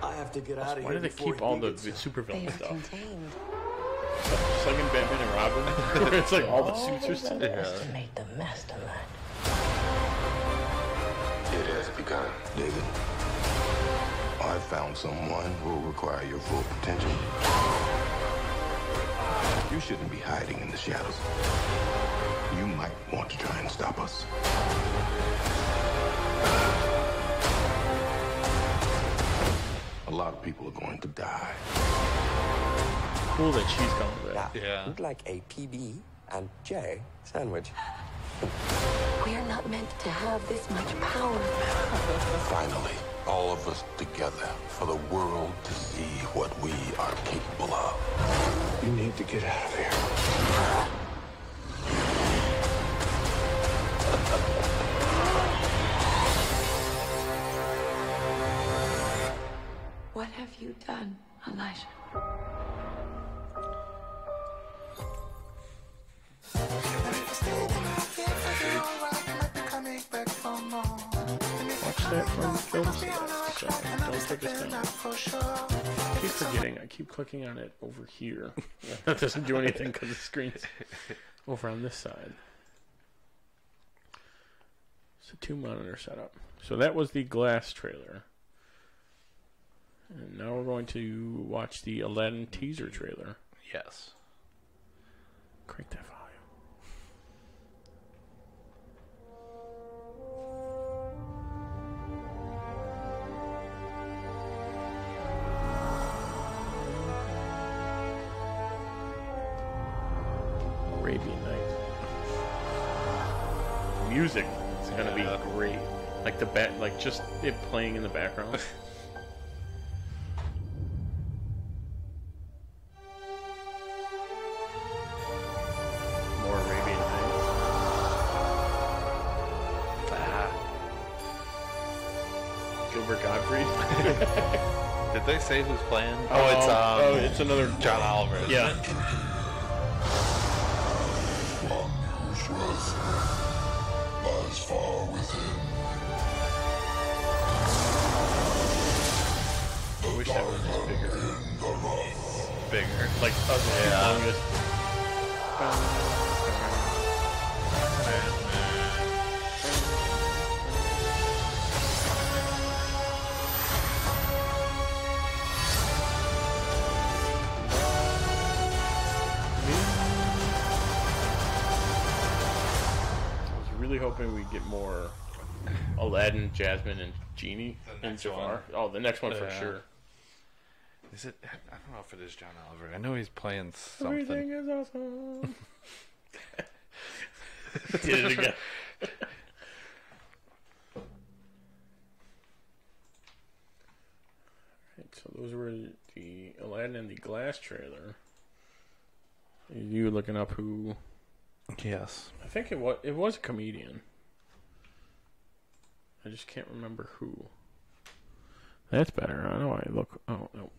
Speaker 15: I have to get out of
Speaker 3: Why do
Speaker 15: here.
Speaker 3: they
Speaker 15: before
Speaker 3: keep
Speaker 15: he
Speaker 3: all the
Speaker 15: gets-
Speaker 3: vi-
Speaker 14: They
Speaker 3: supervillain
Speaker 14: are
Speaker 3: stuff?
Speaker 14: contained.
Speaker 3: It's like in Batman and Robin. where it's like all the
Speaker 15: Oh.
Speaker 3: suits are still.
Speaker 14: Underestimate the mastermind.
Speaker 12: It has begun, David. I found someone who will require your full potential. You shouldn't be hiding in the shadows. You might want to try and stop us. A lot of people are going to die.
Speaker 3: Cool that she's coming
Speaker 15: back.
Speaker 2: Yeah.
Speaker 15: You'd like a PB and J sandwich.
Speaker 14: We are not meant to have this much power.
Speaker 12: Finally, all of us together for the world to see what we are capable of. You need to get out of here.
Speaker 14: What have you done, Elijah?
Speaker 3: Watch that from film set. So don't take us down. I keep forgetting. I keep clicking on it over here. that doesn't do anything because the screen's over on this side. It's a two monitor setup. So that was the glass trailer. And now we're going to watch the Aladdin teaser trailer.
Speaker 2: Yes.
Speaker 3: Crank that volume. Arabian Nights. Music is gonna be great. Like the bat, like just it playing in the background. More Arabian Nights. Gilbert Godfrey.
Speaker 2: Did they say who's playing? um, oh,
Speaker 3: Oh, oh, it's another
Speaker 2: John Oliver.
Speaker 3: Yeah. like us the
Speaker 2: Yeah.
Speaker 3: longest. I was really hoping we'd get more Aladdin, Jasmine, and Genie and Jafar. Oh, the next one for
Speaker 2: Yeah.
Speaker 3: sure.
Speaker 2: Is it? I don't know if it is John Oliver. I know he's playing something.
Speaker 3: Everything is awesome. Did it again. Alright, so those were the Aladdin and the Glass trailer. You were looking up who?
Speaker 2: Yes.
Speaker 3: I think it was it was a comedian. I just can't remember who. That's better. I know I look. Oh no.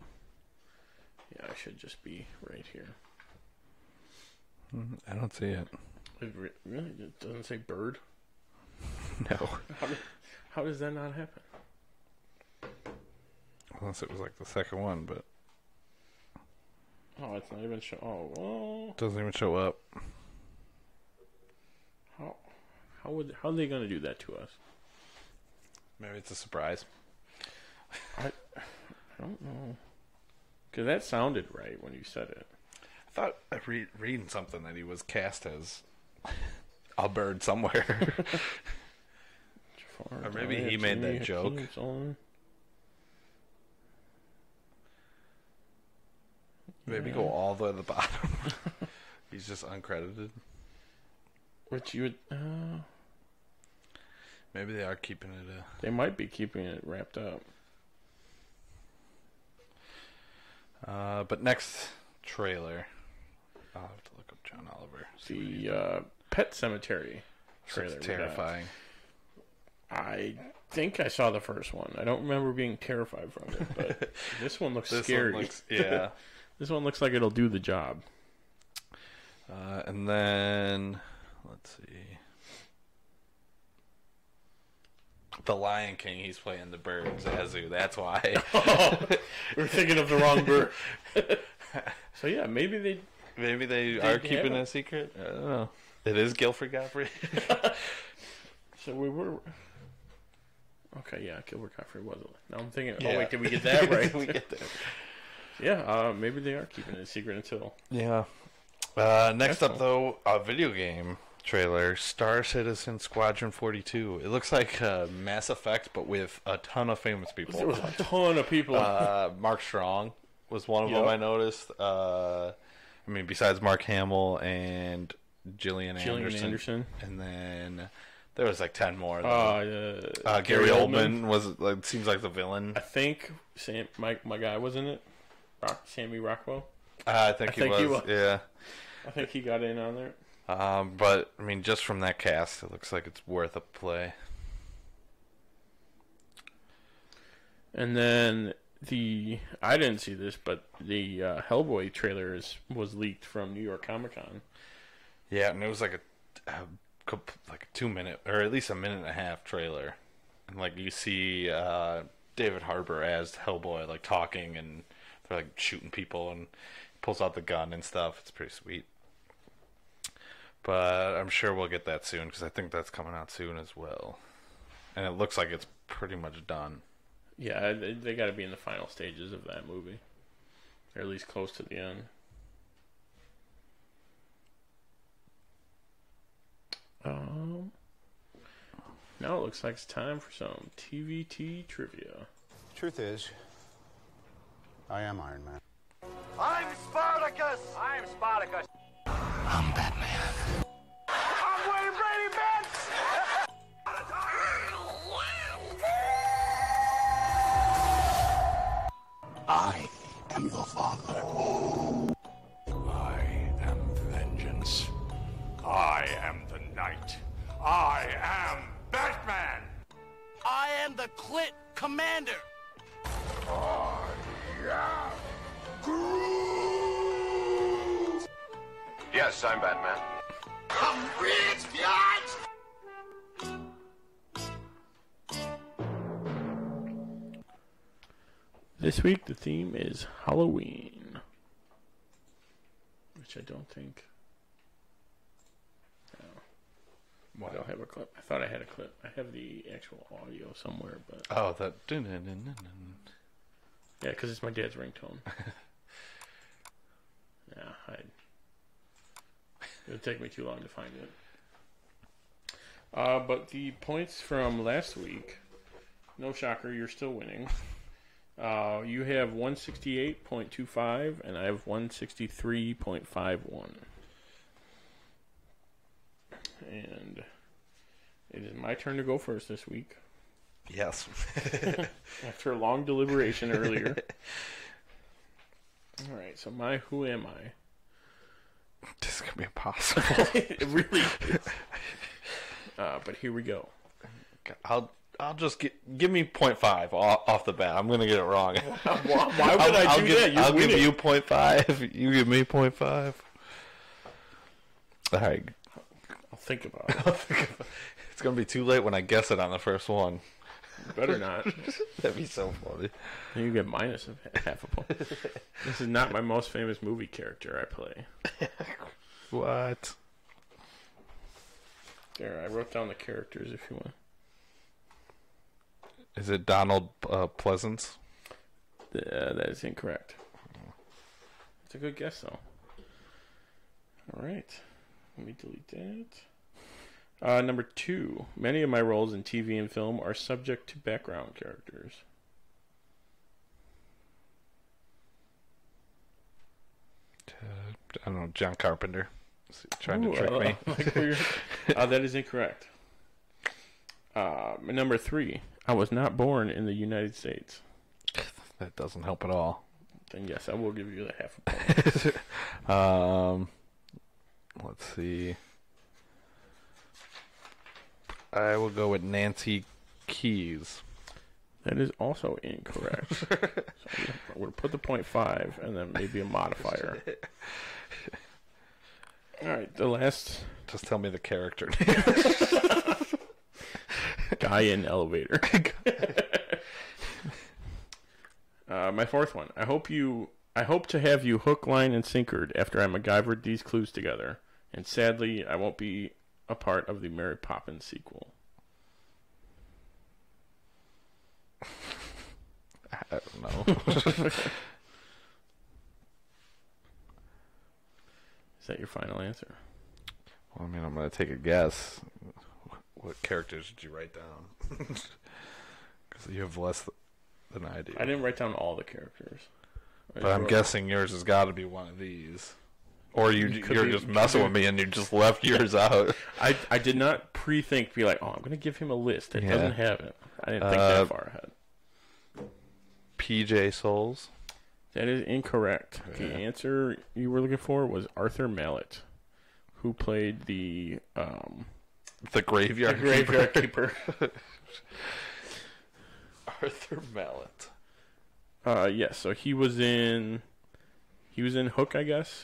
Speaker 3: Yeah, I should just be right here.
Speaker 2: Mm, I don't see it.
Speaker 3: It re- really it doesn't say bird.
Speaker 2: No.
Speaker 3: How, did- how does that not happen?
Speaker 2: Unless it was like the second one, but
Speaker 3: Oh, it's not even show. Oh, well,
Speaker 2: it doesn't even show up.
Speaker 3: how how would how are they gonna do that to us?
Speaker 2: Maybe it's a surprise.
Speaker 3: I I don't know. Cause that sounded right when you said it.
Speaker 2: I thought I read reading something that he was cast as a bird somewhere.
Speaker 3: Jafar,
Speaker 2: Or maybe
Speaker 3: Jafar,
Speaker 2: he made
Speaker 3: Jimmy,
Speaker 2: that joke.
Speaker 3: Hakeem, Solomon.
Speaker 2: Maybe go all the way to the bottom. He's just uncredited.
Speaker 3: Which you would. Uh,
Speaker 2: Maybe they are keeping it. Uh,
Speaker 3: they might be keeping it wrapped up.
Speaker 2: Uh, but next trailer, I'll have to look up John Oliver.
Speaker 3: The uh, Pet Cemetery trailer. we got.
Speaker 2: terrifying.
Speaker 3: I think I saw the first one. I don't remember being terrified from it, but this one looks
Speaker 2: This one
Speaker 3: scary.
Speaker 2: looks- yeah.
Speaker 3: this one looks like it'll do the job.
Speaker 2: Uh, and then let's see, The Lion King. He's playing the bird Zazu. That's why.
Speaker 3: We're thinking of the wrong bird. so yeah, maybe they
Speaker 2: Maybe they,
Speaker 3: They
Speaker 2: are
Speaker 3: have
Speaker 2: keeping
Speaker 3: it.
Speaker 2: a secret. I don't know. It is Guilford Godfrey.
Speaker 3: So we were. Okay, yeah, Gilbert Godfrey was. Now I'm thinking.
Speaker 2: Yeah.
Speaker 3: Oh wait, did we get that right?
Speaker 2: Did we get that?
Speaker 3: Yeah, uh, maybe they are keeping it a secret until
Speaker 2: Yeah. Uh, next up, though, a video game trailer: Star Citizen Squadron Forty Two. It looks like uh, Mass Effect, but with a ton of famous people.
Speaker 3: there was a ton of people.
Speaker 2: Uh, Mark Strong was one of them.
Speaker 3: Yep.
Speaker 2: I noticed. Uh, I mean, besides Mark Hamill and Gillian,
Speaker 3: Gillian
Speaker 2: Anderson,
Speaker 3: Anderson.
Speaker 2: and then there was like ten more. though.
Speaker 3: Uh, uh,
Speaker 2: Uh, Gary,
Speaker 3: Gary
Speaker 2: Oldman,
Speaker 3: Oldman.
Speaker 2: was like seems like the villain.
Speaker 3: I think Sam, my my guy was in it. Rock, Sammy Rockwell.
Speaker 2: Uh, I think, he, was, Yeah.
Speaker 3: I think he got in on there.
Speaker 2: Um, but I mean, just from that cast, it looks like it's worth a play.
Speaker 3: And then the I didn't see this, but the uh, Hellboy trailer is, was leaked from New York Comic Con.
Speaker 2: Yeah, and it was like a, a coup- like a two minute or at least a minute and a half trailer, and like you see uh, David Harbour as Hellboy like talking and they're like shooting people and pulls out the gun and stuff. It's pretty sweet. But I'm sure we'll get that soon because I think that's coming out soon as well, and it looks like it's pretty much done.
Speaker 3: Yeah, they, they got to be in the final stages of that movie, or at least close to the end. Um, now it looks like it's time for some TVT trivia.
Speaker 16: Truth is, I am Iron Man.
Speaker 4: I'm Spartacus. I'm Spartacus. I'm Batman. I'm Wayne Brady, bitch.
Speaker 5: I am the Father. I am vengeance. I am the Knight. I am Batman. I am the Clit Commander. I am Groot. Yes, I'm Batman. I'm rich, bitch.
Speaker 3: This week the theme is Halloween. which I don't think. No. Well, I don't have a clip. I thought I had a clip. I have the actual audio somewhere, but
Speaker 2: Oh, that. Yeah,
Speaker 3: because it's my dad's ringtone. yeah, I. It'll take me too long to find it. Uh, but the points from last week, no shocker, you're still winning. Uh, you have 168.25, and I have 163.51. And it is my turn to go first this week.
Speaker 2: Yes.
Speaker 3: After a long deliberation earlier. All right, so my who am I?
Speaker 2: This is gonna be impossible.
Speaker 3: it really is. Uh, but here we go.
Speaker 2: I'll I'll just get, give me 0.5 off, off the bat. I'm gonna get it wrong.
Speaker 3: why, why would I do
Speaker 2: give,
Speaker 3: that? You're
Speaker 2: I'll give
Speaker 3: winning.
Speaker 2: you 0.5. You give me 0.5. All right.
Speaker 3: I'll think about it.
Speaker 2: It's gonna be too late when I guess it on the first one.
Speaker 3: Better not.
Speaker 2: That'd be so funny.
Speaker 3: You get minus a- half a point. this is not my most famous movie character I play.
Speaker 2: What?
Speaker 3: There, I wrote down the characters if you want.
Speaker 2: Is it Donald uh, Pleasance?
Speaker 3: Uh, that is incorrect. It's a good guess, though. All right. Let me delete that. Uh, number two. Many of my roles in TV and film are subject to background characters.
Speaker 2: I don't know. John Carpenter. Is he trying
Speaker 3: Ooh,
Speaker 2: to trick
Speaker 3: I
Speaker 2: me.
Speaker 3: love- like where you're- uh, that is incorrect. Uh, number three. I was not born in the United States.
Speaker 2: That doesn't help at all.
Speaker 3: Then yes, I will give you the half a point.
Speaker 2: um, let's see. I will go with Nancy Keys.
Speaker 3: That is also incorrect. so I would have put the point five and then maybe a modifier. All right, the last
Speaker 2: Just tell me the character.
Speaker 3: guy in elevator. uh, my fourth one. I hope you. I hope to have you hook, line, and sinkered after I MacGyvered these clues together. And sadly, I won't be a part of the Mary Poppins sequel.
Speaker 2: I don't know.
Speaker 3: Is that your final answer?
Speaker 2: Well, I mean, I'm gonna take a guess. Wh- What characters did you write down? Because you have less th- than I do.
Speaker 3: I didn't write down all the characters. I
Speaker 2: but
Speaker 3: just
Speaker 2: I'm
Speaker 3: wrote-
Speaker 2: guessing yours has got to be one of these, or you,
Speaker 3: You could
Speaker 2: you are
Speaker 3: be-
Speaker 2: just
Speaker 3: could
Speaker 2: messing
Speaker 3: be-
Speaker 2: with me and you just left yours out.
Speaker 3: I I did not pre-think be like, oh, I'm gonna give him a list that
Speaker 2: Yeah.
Speaker 3: doesn't have it. I didn't think
Speaker 2: Uh,
Speaker 3: that far ahead.
Speaker 2: PJ Souls.
Speaker 3: That is incorrect. The answer you were looking for was Arthur Mallet, who played the um
Speaker 2: The graveyard.
Speaker 3: the graveyard keeper.
Speaker 2: Arthur Mallet.
Speaker 3: uh, yes. So he was in he was in Hook, I guess,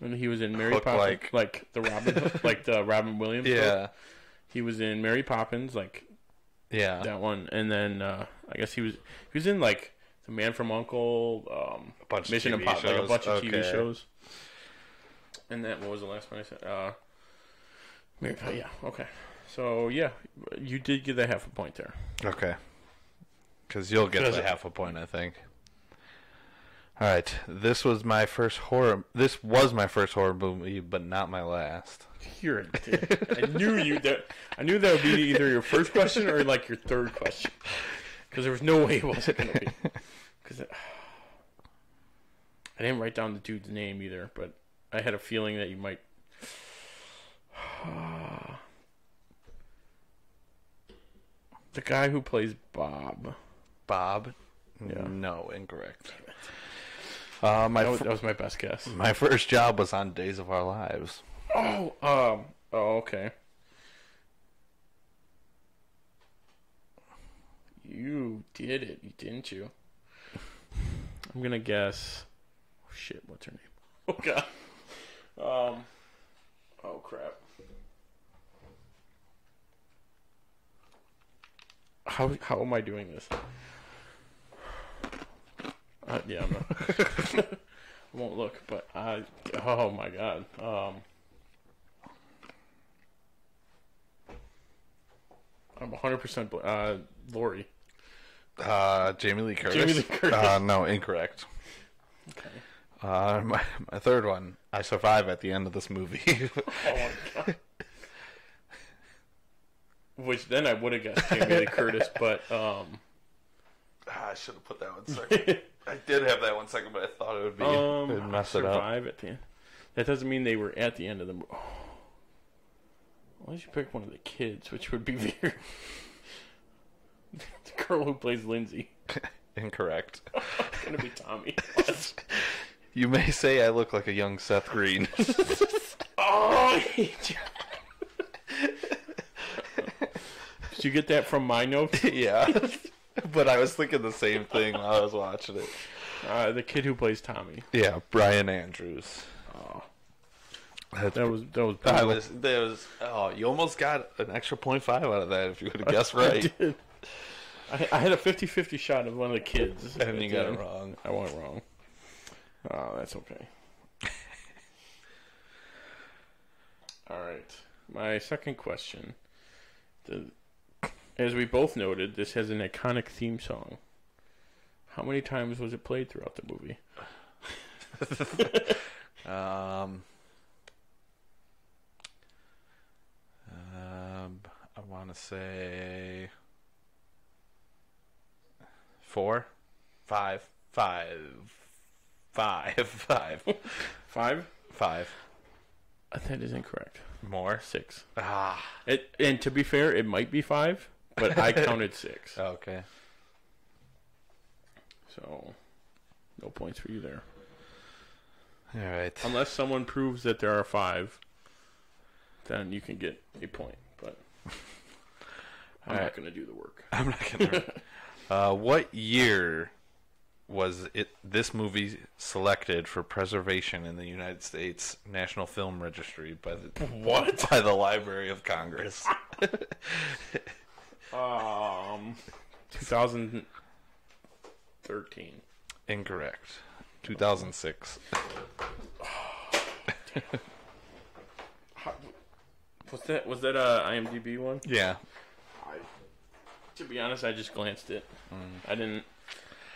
Speaker 3: and he was in Mary
Speaker 2: Hook,
Speaker 3: Poppins,
Speaker 2: like-
Speaker 3: like, the Robin, Hood- like the Robin Williams. Hook.
Speaker 2: Yeah.
Speaker 3: He was in Mary Poppins, like
Speaker 2: Yeah.
Speaker 3: that one and then uh i guess he was he was in like the man from uncle um a
Speaker 2: bunch of
Speaker 3: mission
Speaker 2: TV
Speaker 3: impossible like a
Speaker 2: shows.
Speaker 3: bunch of
Speaker 2: Okay.
Speaker 3: tv shows and that what was the last one i said uh Mary- oh, yeah okay so yeah you did get the half a point there
Speaker 2: Okay. Because you'll get
Speaker 3: Does
Speaker 2: the
Speaker 3: it-
Speaker 2: half a point, I think. All right. This was my first horror. This was my first horror movie, but not my last.
Speaker 3: you're a dick. i knew you that i knew that would be either your first question or like your third question because there was no way it wasn't gonna be because I didn't write down the dude's name either, but I had a feeling that you might. the guy who plays Bob.
Speaker 2: Bob.
Speaker 3: Yeah.
Speaker 2: No, incorrect. Uh, my
Speaker 3: That was,
Speaker 2: fir-
Speaker 3: that was my best guess.
Speaker 2: my first job was on Days of Our Lives.
Speaker 3: Oh, um, oh, okay. You did it, you didn't you? I'm gonna guess. Oh, shit, what's her name? Oh god. Um. Oh crap. How how am I doing this? Uh, yeah, I'm not. I won't look, but I. Oh my god. Um, I'm 100% bl- uh, Lori.
Speaker 2: Uh, Jamie Lee Curtis.
Speaker 3: Jamie Lee Curtis.
Speaker 2: Uh, no, incorrect.
Speaker 3: Okay.
Speaker 2: Uh, my, my third one. I survive at the end of this movie.
Speaker 3: Oh my god. Which then I would have got Jamie Lee Curtis, but um,
Speaker 2: Ah, I should have put that one second. I did have that one second, but I thought it would be
Speaker 3: um
Speaker 2: it'd mess it up.
Speaker 3: survive at the end. That doesn't mean they were at the end of the. mo- Oh. Why did you pick one of the kids, which would be Vera? the girl who plays Lindsay.
Speaker 2: Incorrect.
Speaker 3: it's gonna be Tommy.
Speaker 2: You may say I look like a young Seth Green.
Speaker 3: oh, I hate you. Did you get that from my notes?
Speaker 2: yeah, but I was thinking the same thing while I was watching it.
Speaker 3: Uh, the kid who plays Tommy.
Speaker 2: Yeah, Brian Andrews.
Speaker 3: Oh,
Speaker 2: That's
Speaker 3: that was that was.
Speaker 2: I
Speaker 3: brutal.
Speaker 2: was there was oh you almost got an extra point five out of that if you would have guessed right.
Speaker 3: I, did. I, I had a 50-50 shot of one of the kids,
Speaker 2: And you got it
Speaker 3: Yeah.
Speaker 2: wrong.
Speaker 3: I went wrong. Oh, that's okay. All right. My second question: the, As we both noted, this has an iconic theme song. How many times was it played throughout the movie?
Speaker 2: Um, um, I want to say four, five, five, five, five,
Speaker 3: Five.
Speaker 2: five.
Speaker 3: Uh, That is incorrect.
Speaker 2: More
Speaker 3: Six.
Speaker 2: Ah,
Speaker 3: It, and to be fair, it might be five, but I counted six.
Speaker 2: okay.
Speaker 3: So, no points for you there.
Speaker 2: All right.
Speaker 3: Unless someone proves that there are five, then you can get a point. But I'm not
Speaker 2: Alright.
Speaker 3: going to do the work.
Speaker 2: I'm not gonna. uh, what year was it? This movie selected for preservation in the United States National Film Registry by the
Speaker 3: What?
Speaker 2: by the Library of Congress?
Speaker 3: Um, 2013.
Speaker 2: Incorrect. 2006.
Speaker 3: Was that was that a IMDb one?
Speaker 2: Yeah.
Speaker 3: I, to be honest, I just glanced it.
Speaker 2: Mm.
Speaker 3: I didn't.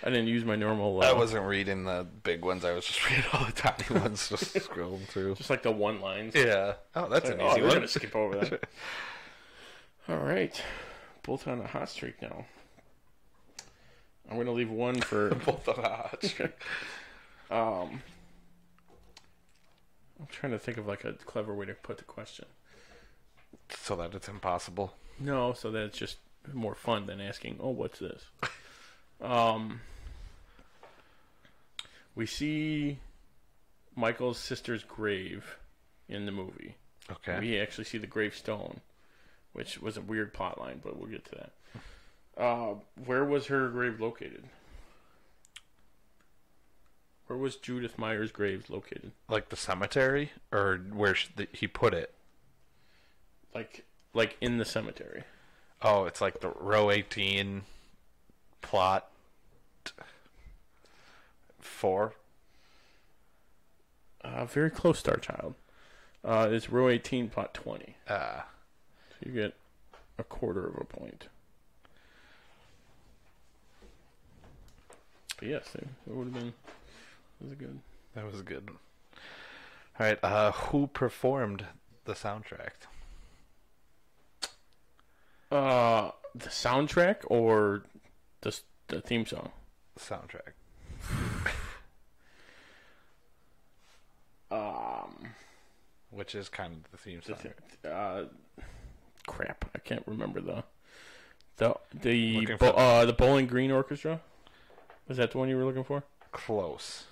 Speaker 3: I didn't use my normal. Uh,
Speaker 2: I wasn't reading the big ones. I was just reading all the tiny ones, just scrolling through.
Speaker 3: just like the one lines.
Speaker 2: Yeah. Oh, that's an
Speaker 3: Like,
Speaker 2: easy
Speaker 3: oh, we're
Speaker 2: one.
Speaker 3: gonna skip over that. All right, both on a hot streak now. I'm gonna leave one for
Speaker 2: Both on a hot streak.
Speaker 3: Um, I'm trying to think of like a clever way to put the question.
Speaker 2: So that it's impossible.
Speaker 3: No, so that it's just more fun than asking, "Oh, what's this?" um, we see Michael's sister's grave in the movie.
Speaker 2: Okay.
Speaker 3: We actually see the gravestone, which was a weird plot line, but we'll get to that. Uh, where was her grave located? Where was Judith Meyer's grave located?
Speaker 2: Like the cemetery, or where sh the, he put it.
Speaker 3: Like, like in the cemetery.
Speaker 2: Oh, it's like the row 18 plot four.
Speaker 3: Uh, very close, Star Child. Uh, it's row 18, plot 20.
Speaker 2: Uh,
Speaker 3: You get a quarter of a point. But yes, it would have been. It was a good.
Speaker 2: that was good. All right. Uh, who performed the soundtrack?
Speaker 3: Uh, the soundtrack or the s- the theme song?
Speaker 2: Soundtrack.
Speaker 3: Um,
Speaker 2: Which is kind of the theme
Speaker 3: the
Speaker 2: song.
Speaker 3: th- uh, crap, I can't remember the the the
Speaker 2: Looking
Speaker 3: bo-
Speaker 2: for-
Speaker 3: uh the Bowling Green Orchestra. Was that the one you were looking for?
Speaker 2: Close.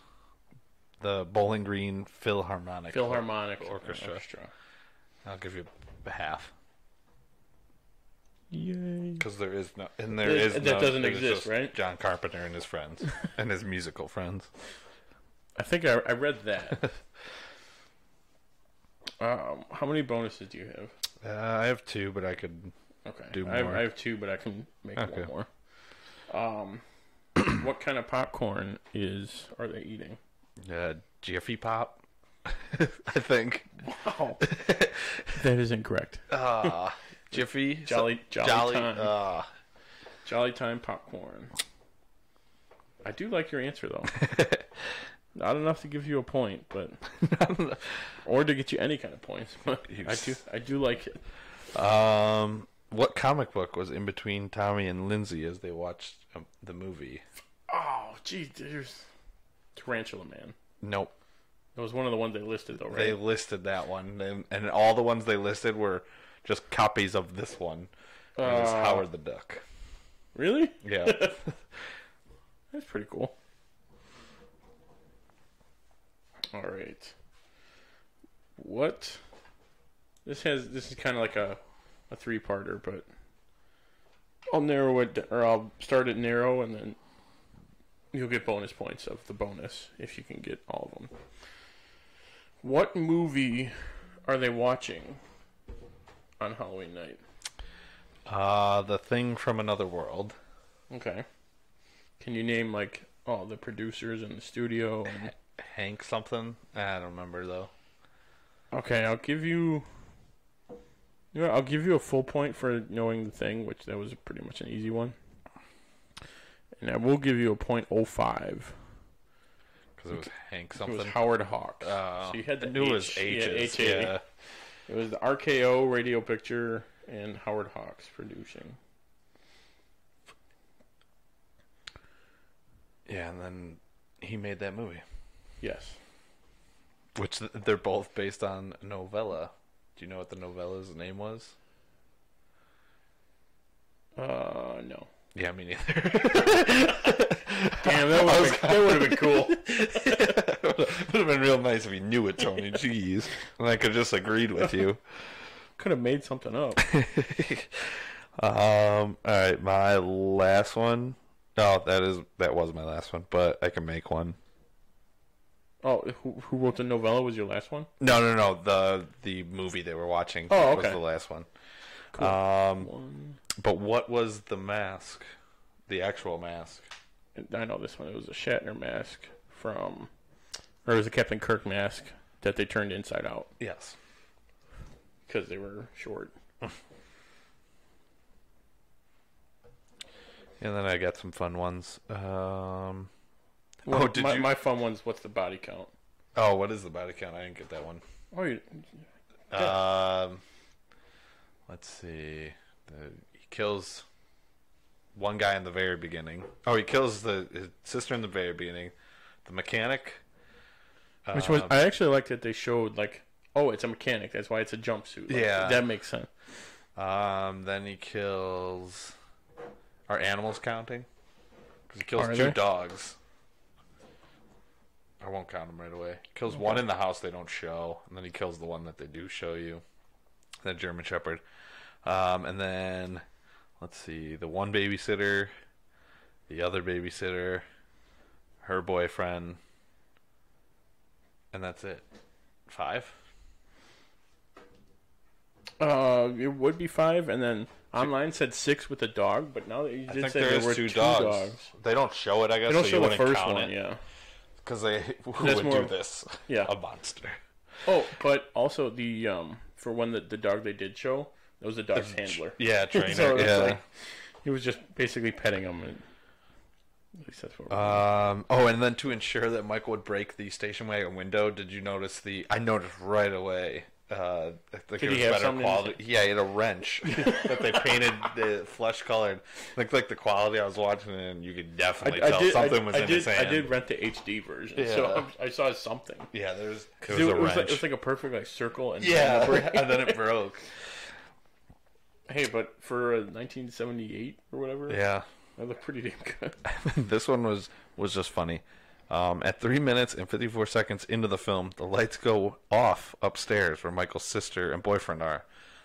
Speaker 2: The Bowling Green Philharmonic.
Speaker 3: Philharmonic
Speaker 2: Orchestra.
Speaker 3: Orchestra.
Speaker 2: I'll give you a half
Speaker 3: Yay!
Speaker 2: because there is no, and there
Speaker 3: That-
Speaker 2: is
Speaker 3: that
Speaker 2: no-
Speaker 3: doesn't
Speaker 2: there's
Speaker 3: exist,
Speaker 2: just
Speaker 3: right?
Speaker 2: John Carpenter and his friends and his musical friends.
Speaker 3: I think I, I read that. um, how many bonuses do you have?
Speaker 2: Uh, I have two, but I could
Speaker 3: Okay,
Speaker 2: Do
Speaker 3: I, have,
Speaker 2: more.
Speaker 3: I have two, but I can make
Speaker 2: Okay.
Speaker 3: one more. Um, what kind of popcorn is are they eating?
Speaker 2: uh, Jiffy Pop. I think.
Speaker 3: Wow. that is incorrect.
Speaker 2: Uh, Jiffy
Speaker 3: Jolly
Speaker 2: so-
Speaker 3: Jolly
Speaker 2: Jolly,
Speaker 3: Time.
Speaker 2: uh.
Speaker 3: Jolly Time popcorn. I do like your answer though. Not enough to give you a point, but or to get you any kind of points. But I do, I do like it.
Speaker 2: Um, what comic book was in between Tommy and Lindsay as they watched um, the movie?
Speaker 3: Oh, gee, there's Tarantula Man.
Speaker 2: Nope.
Speaker 3: It was one of the ones they listed though, right?
Speaker 2: They listed that one, and, and all the ones they listed were just copies of this one. It was
Speaker 3: Uh,
Speaker 2: Howard the Duck.
Speaker 3: Really?
Speaker 2: Yeah.
Speaker 3: That's pretty cool. All right. What? This has this is kind of like a a three parter, but I'll narrow it d- or I'll start it narrow and then you'll get bonus points of the bonus if you can get all of them. What movie are they watching on Halloween night?
Speaker 2: Uh, the Thing from Another World.
Speaker 3: Okay. Can you name like all the producers in the studio? And...
Speaker 2: Hank something. I don't remember though.
Speaker 3: Okay, I'll give you. You know, what, I'll give you a full point for knowing the thing, which that was pretty much an easy one. And I will give you a point oh five.
Speaker 2: Because it was Hank
Speaker 3: It was
Speaker 2: something.
Speaker 3: Howard Hawks.
Speaker 2: Uh,
Speaker 3: so you had the
Speaker 2: I knew it was
Speaker 3: H. You had
Speaker 2: H's,
Speaker 3: HA.
Speaker 2: yeah.
Speaker 3: It was the RKO Radio Picture and Howard Hawks producing.
Speaker 2: Yeah, and then he made that movie,
Speaker 3: Yes.
Speaker 2: which th- they're both based on a novella. Do you know what the novella's name was?
Speaker 3: Uh, no.
Speaker 2: Yeah, me neither.
Speaker 3: Damn, that
Speaker 2: I
Speaker 3: would
Speaker 2: was-
Speaker 3: that would have been cool.
Speaker 2: Would have been real nice if you knew it, Tony. Jeez, and I could have just agreed with you.
Speaker 3: Could have made something up.
Speaker 2: Um. All right, my last one. Oh, that is that was my last one, but I can make one.
Speaker 3: Oh, who, who wrote the novella? Was your last one?
Speaker 2: No, no, no. The the movie they were watching
Speaker 3: Oh,
Speaker 2: was
Speaker 3: okay.
Speaker 2: the last one.
Speaker 3: Cool.
Speaker 2: Um,
Speaker 3: One.
Speaker 2: but what was the mask? The actual mask.
Speaker 3: I know this one. It was a Shatner mask from, or it was a Captain Kirk mask that they turned inside out
Speaker 2: Yes.
Speaker 3: because they were short.
Speaker 2: And then I got some fun ones. Um.
Speaker 3: Well,
Speaker 2: oh, did
Speaker 3: my,
Speaker 2: you?
Speaker 3: my fun one's what's the body count?
Speaker 2: Oh, what is the body count? I didn't get that one.
Speaker 3: Oh, you,
Speaker 2: Um, let's see. The, he kills one guy in the very beginning. Oh, he kills the his sister in the very beginning. The mechanic.
Speaker 3: which was
Speaker 2: Um,
Speaker 3: I actually like that they showed like, oh, it's a mechanic. That's why it's a jumpsuit. Like,
Speaker 2: Yeah.
Speaker 3: that makes sense.
Speaker 2: Um, then he kills. Are animals counting? 'Cause he kills
Speaker 3: Are
Speaker 2: two
Speaker 3: there?
Speaker 2: dogs. I won't count them right away. Kills one
Speaker 3: Okay.
Speaker 2: in the house they don't show, and then he kills the one that they do show you, the German Shepherd. Um, and then let's see, the one babysitter, the other babysitter, her boyfriend, and that's it. Five.
Speaker 3: Uh, it would be five, and then online said six with a dog, but now that you
Speaker 2: I
Speaker 3: did
Speaker 2: think
Speaker 3: say
Speaker 2: there
Speaker 3: there
Speaker 2: is
Speaker 3: were
Speaker 2: two dogs. They don't show it, I guess.
Speaker 3: They don't
Speaker 2: so
Speaker 3: show
Speaker 2: you
Speaker 3: the
Speaker 2: wouldn't
Speaker 3: first
Speaker 2: count
Speaker 3: one,
Speaker 2: it.
Speaker 3: yeah.
Speaker 2: Because they who
Speaker 3: That's
Speaker 2: would
Speaker 3: more-
Speaker 2: do this?
Speaker 3: yeah.
Speaker 2: a monster.
Speaker 3: Oh, but also the um for when the, the dog they did show, that was the dog's handler.
Speaker 2: yeah, trainer,
Speaker 3: it was
Speaker 2: yeah.
Speaker 3: he was just basically petting him. And, at least that's what. we're-
Speaker 2: Um. Oh, and then to ensure that Michael would break the station wagon window, did you notice the? I noticed right away. Uh, I think
Speaker 3: Did
Speaker 2: it was
Speaker 3: he have
Speaker 2: better
Speaker 3: something in
Speaker 2: quality.
Speaker 3: his-
Speaker 2: Yeah, he had a wrench that they painted the flesh colored. Looked like the quality I was watching, it, and you could definitely
Speaker 3: I
Speaker 2: tell
Speaker 3: did,
Speaker 2: something
Speaker 3: I,
Speaker 2: was
Speaker 3: I
Speaker 2: in
Speaker 3: did,
Speaker 2: his hand.
Speaker 3: I did rent the HD version, so I, I saw something.
Speaker 2: Yeah, there's.
Speaker 3: 'Cause it, was like, it was like a perfect like circle, and
Speaker 2: yeah,
Speaker 3: then it
Speaker 2: and then it broke.
Speaker 3: Hey, but for uh, 1978 or whatever,
Speaker 2: Yeah.
Speaker 3: that looked pretty damn good.
Speaker 2: this one was was just funny. Um, at three minutes and fifty four seconds into the film, the lights go off upstairs where Michael's sister and boyfriend are.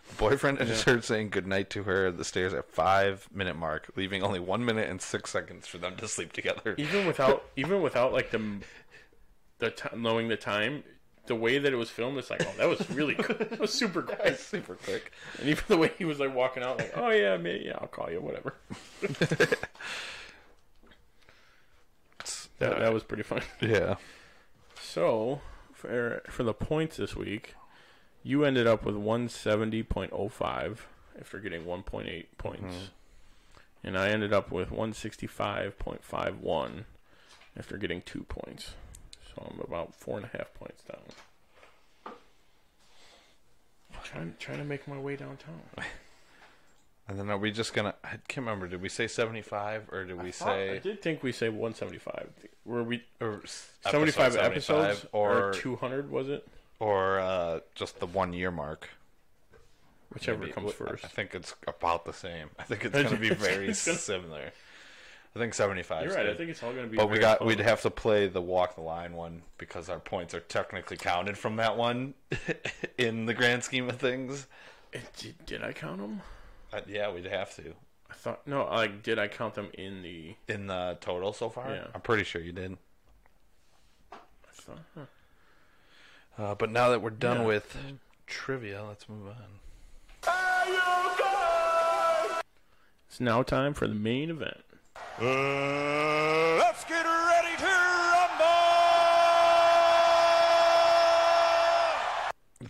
Speaker 2: The boyfriend is heard saying goodnight to her at the stairs at five minute mark, leaving only one minute and six seconds for them to sleep together.
Speaker 3: even without even without like the the ti knowing the time the way that it was filmed it's like oh that was really quick that was super quick
Speaker 2: super quick
Speaker 3: and even the way he was like walking out like oh yeah me yeah i'll call you whatever that, that was pretty funny
Speaker 2: yeah.
Speaker 3: So for for the points this week, you ended up with one seventy point oh five after getting one point eight points,
Speaker 2: Mhm.
Speaker 3: and I ended up with one sixty five point five one after getting two points. So I'm about four and a half points down. Trying trying to make my way downtown.
Speaker 2: And then are we just gonna? I can't remember. Did we say seventy-five or did we
Speaker 3: thought-
Speaker 2: say?
Speaker 3: I did think we say one seventy-five. Were we
Speaker 2: or
Speaker 3: seventy-five episodes
Speaker 2: or,
Speaker 3: or two hundred? Was it
Speaker 2: or uh, just the one year mark?
Speaker 3: Whichever comes first.
Speaker 2: I think it's about the same. I think it's going to be very
Speaker 3: It's gonna-
Speaker 2: similar. I think seventy-five.
Speaker 3: You're right, I think it's all gonna be
Speaker 2: But we
Speaker 3: very
Speaker 2: got
Speaker 3: close.
Speaker 2: we'd have to play the walk the line one because our points are technically counted from that one in the grand scheme of things.
Speaker 3: Did, did I count them?
Speaker 2: Uh, yeah, we'd have to.
Speaker 3: I thought no. Like, did I count them in the
Speaker 2: in the total so far?
Speaker 3: Yeah.
Speaker 2: I'm pretty sure you did.
Speaker 3: I thought, huh.
Speaker 2: Uh, but now that we're done
Speaker 3: Yeah.
Speaker 2: with trivia, let's move on.
Speaker 3: It's now time for the main event.
Speaker 5: Uh, Let's get ready to rumble!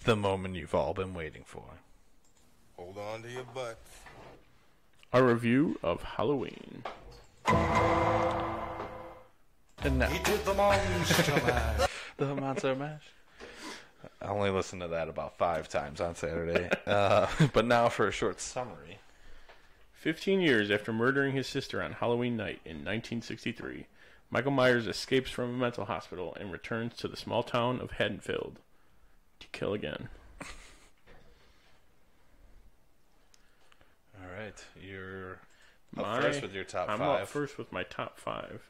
Speaker 2: The moment you've all been waiting for.
Speaker 12: Hold on to your butt.
Speaker 3: Our review of Halloween. And now.
Speaker 2: He did the monster mash. the monster mash. I only listened to that about five times on Saturday. uh, but now for a short summary.
Speaker 3: 15 years after murdering his sister on Halloween night in 1963, Michael Myers escapes from a mental hospital and returns to the small town of Haddonfield to kill again.
Speaker 2: All right, you're up first with your top
Speaker 3: I'm
Speaker 2: five.
Speaker 3: up first with my top five.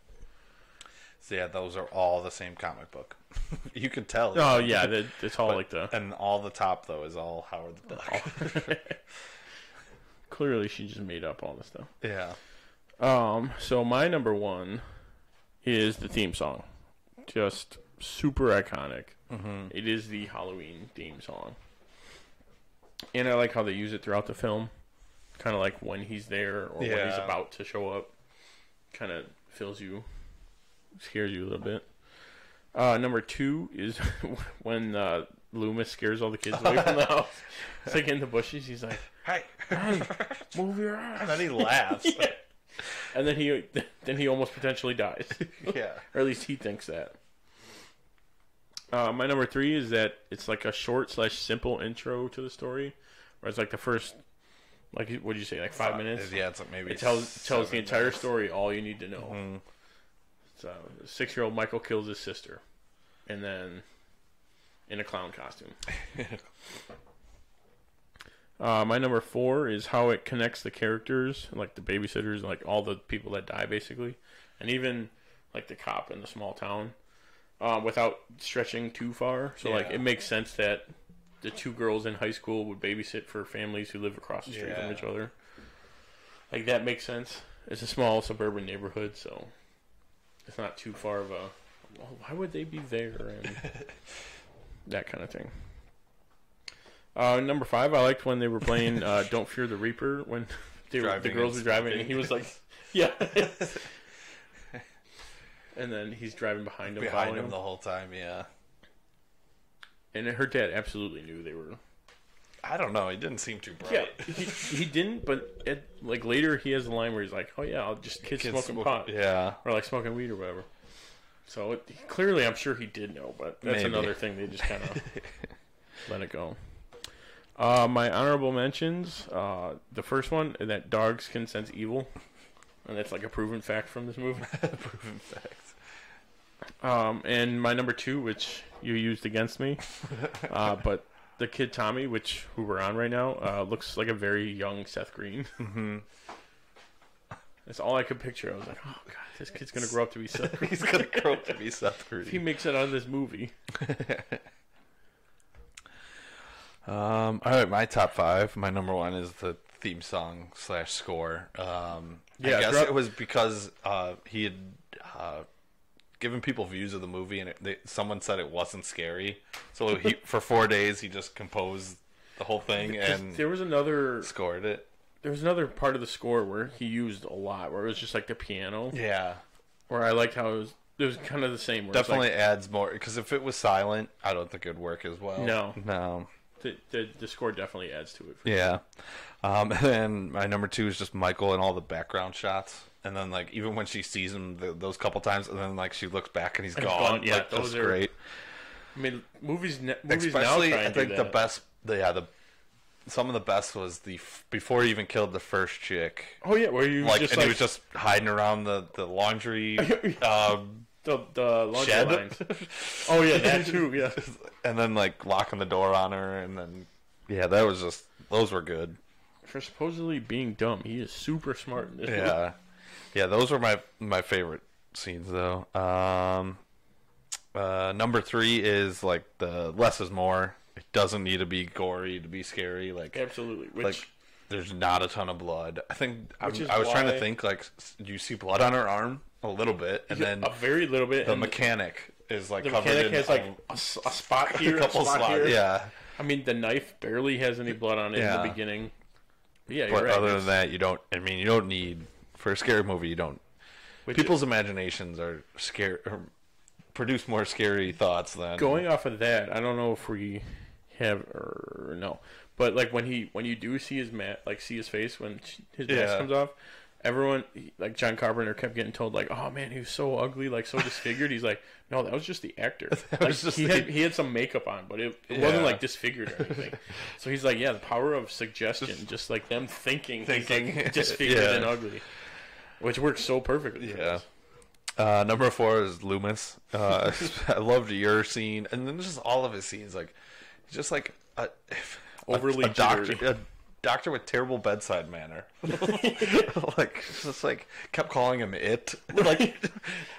Speaker 2: So yeah, those are all the same comic book. you could tell.
Speaker 3: Oh, yeah, that- it's all like
Speaker 2: the and all the top though is all Howard the Duck.
Speaker 3: Clearly, she just made up all this stuff.
Speaker 2: Yeah.
Speaker 3: Um. So my number one is the theme song, just super iconic.
Speaker 2: Mhm.
Speaker 3: It is the Halloween theme song, and I like how they use it throughout the film, kind of like when he's there or when he's
Speaker 2: Yeah.
Speaker 3: about to show up. Kind of fills you, scares you a little bit. Uh, number two is when uh, Loomis scares all the kids away from the house. It's like in the bushes. He's like,
Speaker 2: "Hey,
Speaker 3: hey, move your eyes."
Speaker 2: And then he laughs.
Speaker 3: Yeah. And then he then he almost potentially dies.
Speaker 2: Yeah.
Speaker 3: or at least he thinks that. Uh, my number three is that it's like a short slash simple intro to the story, where it's like the first, like what would you say, like five
Speaker 2: Five-
Speaker 3: minutes?
Speaker 2: Uh, yeah, it's like maybe
Speaker 3: it tells tells the
Speaker 2: seven
Speaker 3: entire
Speaker 2: minutes. Mm-hmm.
Speaker 3: story all you need to know. So six year old Michael kills his sister, and then in a clown costume. Uh, my number four is how it connects the characters, like the babysitters, like all the people that die, basically, and even like the cop in the small town, uh, without stretching too far. So like
Speaker 2: Yeah.
Speaker 3: it makes sense that the two girls in high school would babysit for families who live across the street from
Speaker 2: Yeah.
Speaker 3: each other. Like that makes sense. It's a small suburban neighborhood, so it's not too far of a. Well, why would they be there and that kind of thing? Uh, number five, I liked when they were playing uh, "Don't Fear the Reaper" when they were, the
Speaker 2: Driving
Speaker 3: girls
Speaker 2: and
Speaker 3: were driving, and he
Speaker 2: smoking.
Speaker 3: was like, "Yeah," and then he's driving behind him,
Speaker 2: Behind
Speaker 3: following
Speaker 2: him the whole time. Yeah,
Speaker 3: and her dad absolutely knew they were.
Speaker 2: I don't know. He didn't seem too bright.
Speaker 3: Yeah, he, he didn't, but it, like later he has a line where he's like, "Oh yeah, I'll just kids,
Speaker 2: Kids
Speaker 3: smoking
Speaker 2: smoke-
Speaker 3: pot,
Speaker 2: yeah.
Speaker 3: or like smoking weed or whatever." So it, clearly, I'm sure he did know, but that's
Speaker 2: Maybe.
Speaker 3: another thing they just kind of let it go. Uh, my honorable mentions: uh, the first one that dogs can sense evil, and that's like a proven fact from this movie. proven fact. Um, and my number two, which you used against me, uh, but the kid Tommy, which who we're on right now, uh, looks like a very young Seth Green. Mm-hmm. That's all I could picture. I was like, oh god, this kid's gonna grow up to be Seth. Green.
Speaker 2: He's gonna grow up to be Seth Green.
Speaker 3: If he makes it out of this movie.
Speaker 2: Um, all right, my top five. My number one is the theme song slash score. Um,
Speaker 3: Yeah,
Speaker 2: I guess
Speaker 3: throughout-
Speaker 2: it was because uh, he had uh, given people views of the movie, and it, they, someone said it wasn't scary. So he, for four days, he just composed the whole thing
Speaker 3: Because
Speaker 2: and
Speaker 3: there was another
Speaker 2: scored it.
Speaker 3: there was another part of the score where he used a lot, where it was just like the piano.
Speaker 2: Yeah.
Speaker 3: Where I liked how it was it was kind of the same. where it's like-
Speaker 2: Definitely adds more because if it was silent, I don't think it'd work as well.
Speaker 3: No.
Speaker 2: no,
Speaker 3: the, the the score definitely adds to it. For
Speaker 2: yeah. Um, and then my number two is just Michael and all the background shots, and then like even when she sees him th those couple times, and then like she looks back and he's
Speaker 3: And
Speaker 2: gone.
Speaker 3: gone, yeah,
Speaker 2: like,
Speaker 3: those
Speaker 2: that's
Speaker 3: are-
Speaker 2: great.
Speaker 3: I mean, movies ne- movies
Speaker 2: Especially,
Speaker 3: now try
Speaker 2: I
Speaker 3: and do
Speaker 2: think the
Speaker 3: that.
Speaker 2: best, the, yeah, the some of the best was the f- before he even killed the first chick.
Speaker 3: Oh, yeah, where you
Speaker 2: like,
Speaker 3: just,
Speaker 2: and
Speaker 3: like-
Speaker 2: he was just hiding around the the laundry. um,
Speaker 3: the the laundry
Speaker 2: shed.
Speaker 3: lines. Oh yeah, that too. Yeah,
Speaker 2: and then like locking the door on her, and then yeah, that was just those were good.
Speaker 3: for supposedly being dumb, he is super smart. In this
Speaker 2: Yeah, yeah, those were my my favorite scenes though. Um, uh, number three is like the less is more. It doesn't need to be gory to be scary. Like
Speaker 3: Absolutely, which-
Speaker 2: like there's not a ton of blood. I think I'm,
Speaker 3: Which is
Speaker 2: I was trying
Speaker 3: why-
Speaker 2: to think like s- you see blood on her arm a little bit, and
Speaker 3: Yeah,
Speaker 2: then
Speaker 3: a very little bit,
Speaker 2: The
Speaker 3: and-
Speaker 2: mechanic is like
Speaker 3: the
Speaker 2: covered
Speaker 3: mechanic
Speaker 2: in
Speaker 3: has
Speaker 2: a-
Speaker 3: like a, s- a spot
Speaker 2: a
Speaker 3: here, a,
Speaker 2: couple
Speaker 3: spot
Speaker 2: spots,
Speaker 3: here.
Speaker 2: yeah.
Speaker 3: I mean the knife barely has any blood on it in
Speaker 2: Yeah.
Speaker 3: the beginning. Yeah, you're
Speaker 2: but
Speaker 3: right.
Speaker 2: other than that, you don't. I mean, you don't need for a scary movie. You don't.
Speaker 3: Which
Speaker 2: People's imaginations are scare or produce more scary thoughts than
Speaker 3: going off of that, I don't know if we have or no, but like when he when you do see his mat, like see his face when sh- his mask
Speaker 2: Yeah.
Speaker 3: comes off, everyone like John Carpenter kept getting told like, oh man, he was so ugly, like so disfigured. He's like, no, that was just the actor. Like,
Speaker 2: was just
Speaker 3: he
Speaker 2: the-
Speaker 3: had he had some makeup on, but it, it wasn't
Speaker 2: Yeah.
Speaker 3: like disfigured or anything. so he's like, yeah, the power of suggestion, just like them thinking, he's, like,
Speaker 2: Thinking.
Speaker 3: disfigured
Speaker 2: Yeah.
Speaker 3: and ugly, which works so perfectly. for
Speaker 2: Yeah.
Speaker 3: this.
Speaker 2: Uh, number four is Loomis. Uh, I loved your scene, and then just all of his scenes, like just like a,
Speaker 3: Overly
Speaker 2: a, a doctor,
Speaker 3: jittery.
Speaker 2: a doctor with terrible bedside manner. like just like kept calling him it. Like no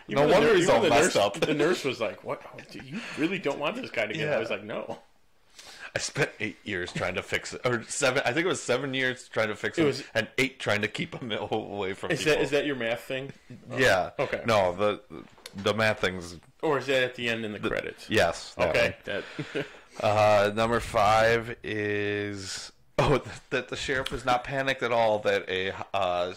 Speaker 3: Even the
Speaker 2: wonder
Speaker 3: nur-
Speaker 2: he's
Speaker 3: even
Speaker 2: all
Speaker 3: the
Speaker 2: messed
Speaker 3: nurse-
Speaker 2: up.
Speaker 3: The nurse was like, "What? Oh, dude, you really don't want this guy to get?" out." I
Speaker 2: Yeah.
Speaker 3: was like, "No."
Speaker 2: I spent eight years trying to fix it, or seven. I think it was seven years trying to fix
Speaker 3: It
Speaker 2: it,
Speaker 3: was-
Speaker 2: and eight trying to keep him away from
Speaker 3: Is
Speaker 2: people.
Speaker 3: that is that your math thing?
Speaker 2: yeah.
Speaker 3: Oh, okay.
Speaker 2: No, the the math things.
Speaker 3: Or is that at the end in the, credits?
Speaker 2: Yes. that
Speaker 3: Okay.
Speaker 2: one.
Speaker 3: That.
Speaker 2: Uh, number five is oh th- that the sheriff was not panicked at all that a uh,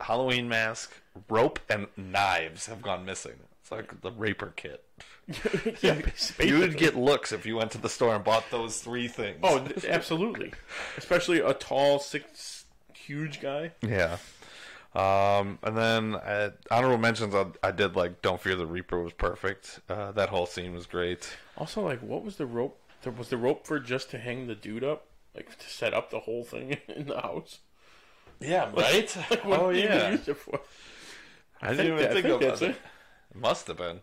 Speaker 2: Halloween mask, rope, and knives have gone missing. It's like the raper kit.
Speaker 3: yeah,
Speaker 2: You would get looks if you went to the store and bought those three things.
Speaker 3: Oh, th- absolutely. Especially a tall, six, huge guy.
Speaker 2: Yeah. Um, and then uh, honorable mentions, I, I did like "Don't Fear the Reaper" was perfect. Uh, that whole scene was great.
Speaker 3: Also, like, what was the rope? There was the rope for just to hang the dude up, like to set up the whole thing in the house.
Speaker 2: Yeah,
Speaker 3: Like, like, what
Speaker 2: oh
Speaker 3: do you
Speaker 2: yeah.
Speaker 3: use it for?
Speaker 2: I didn't even
Speaker 3: that- I
Speaker 2: think,
Speaker 3: think
Speaker 2: about
Speaker 3: that's
Speaker 2: it.
Speaker 3: it.
Speaker 2: It Must have been.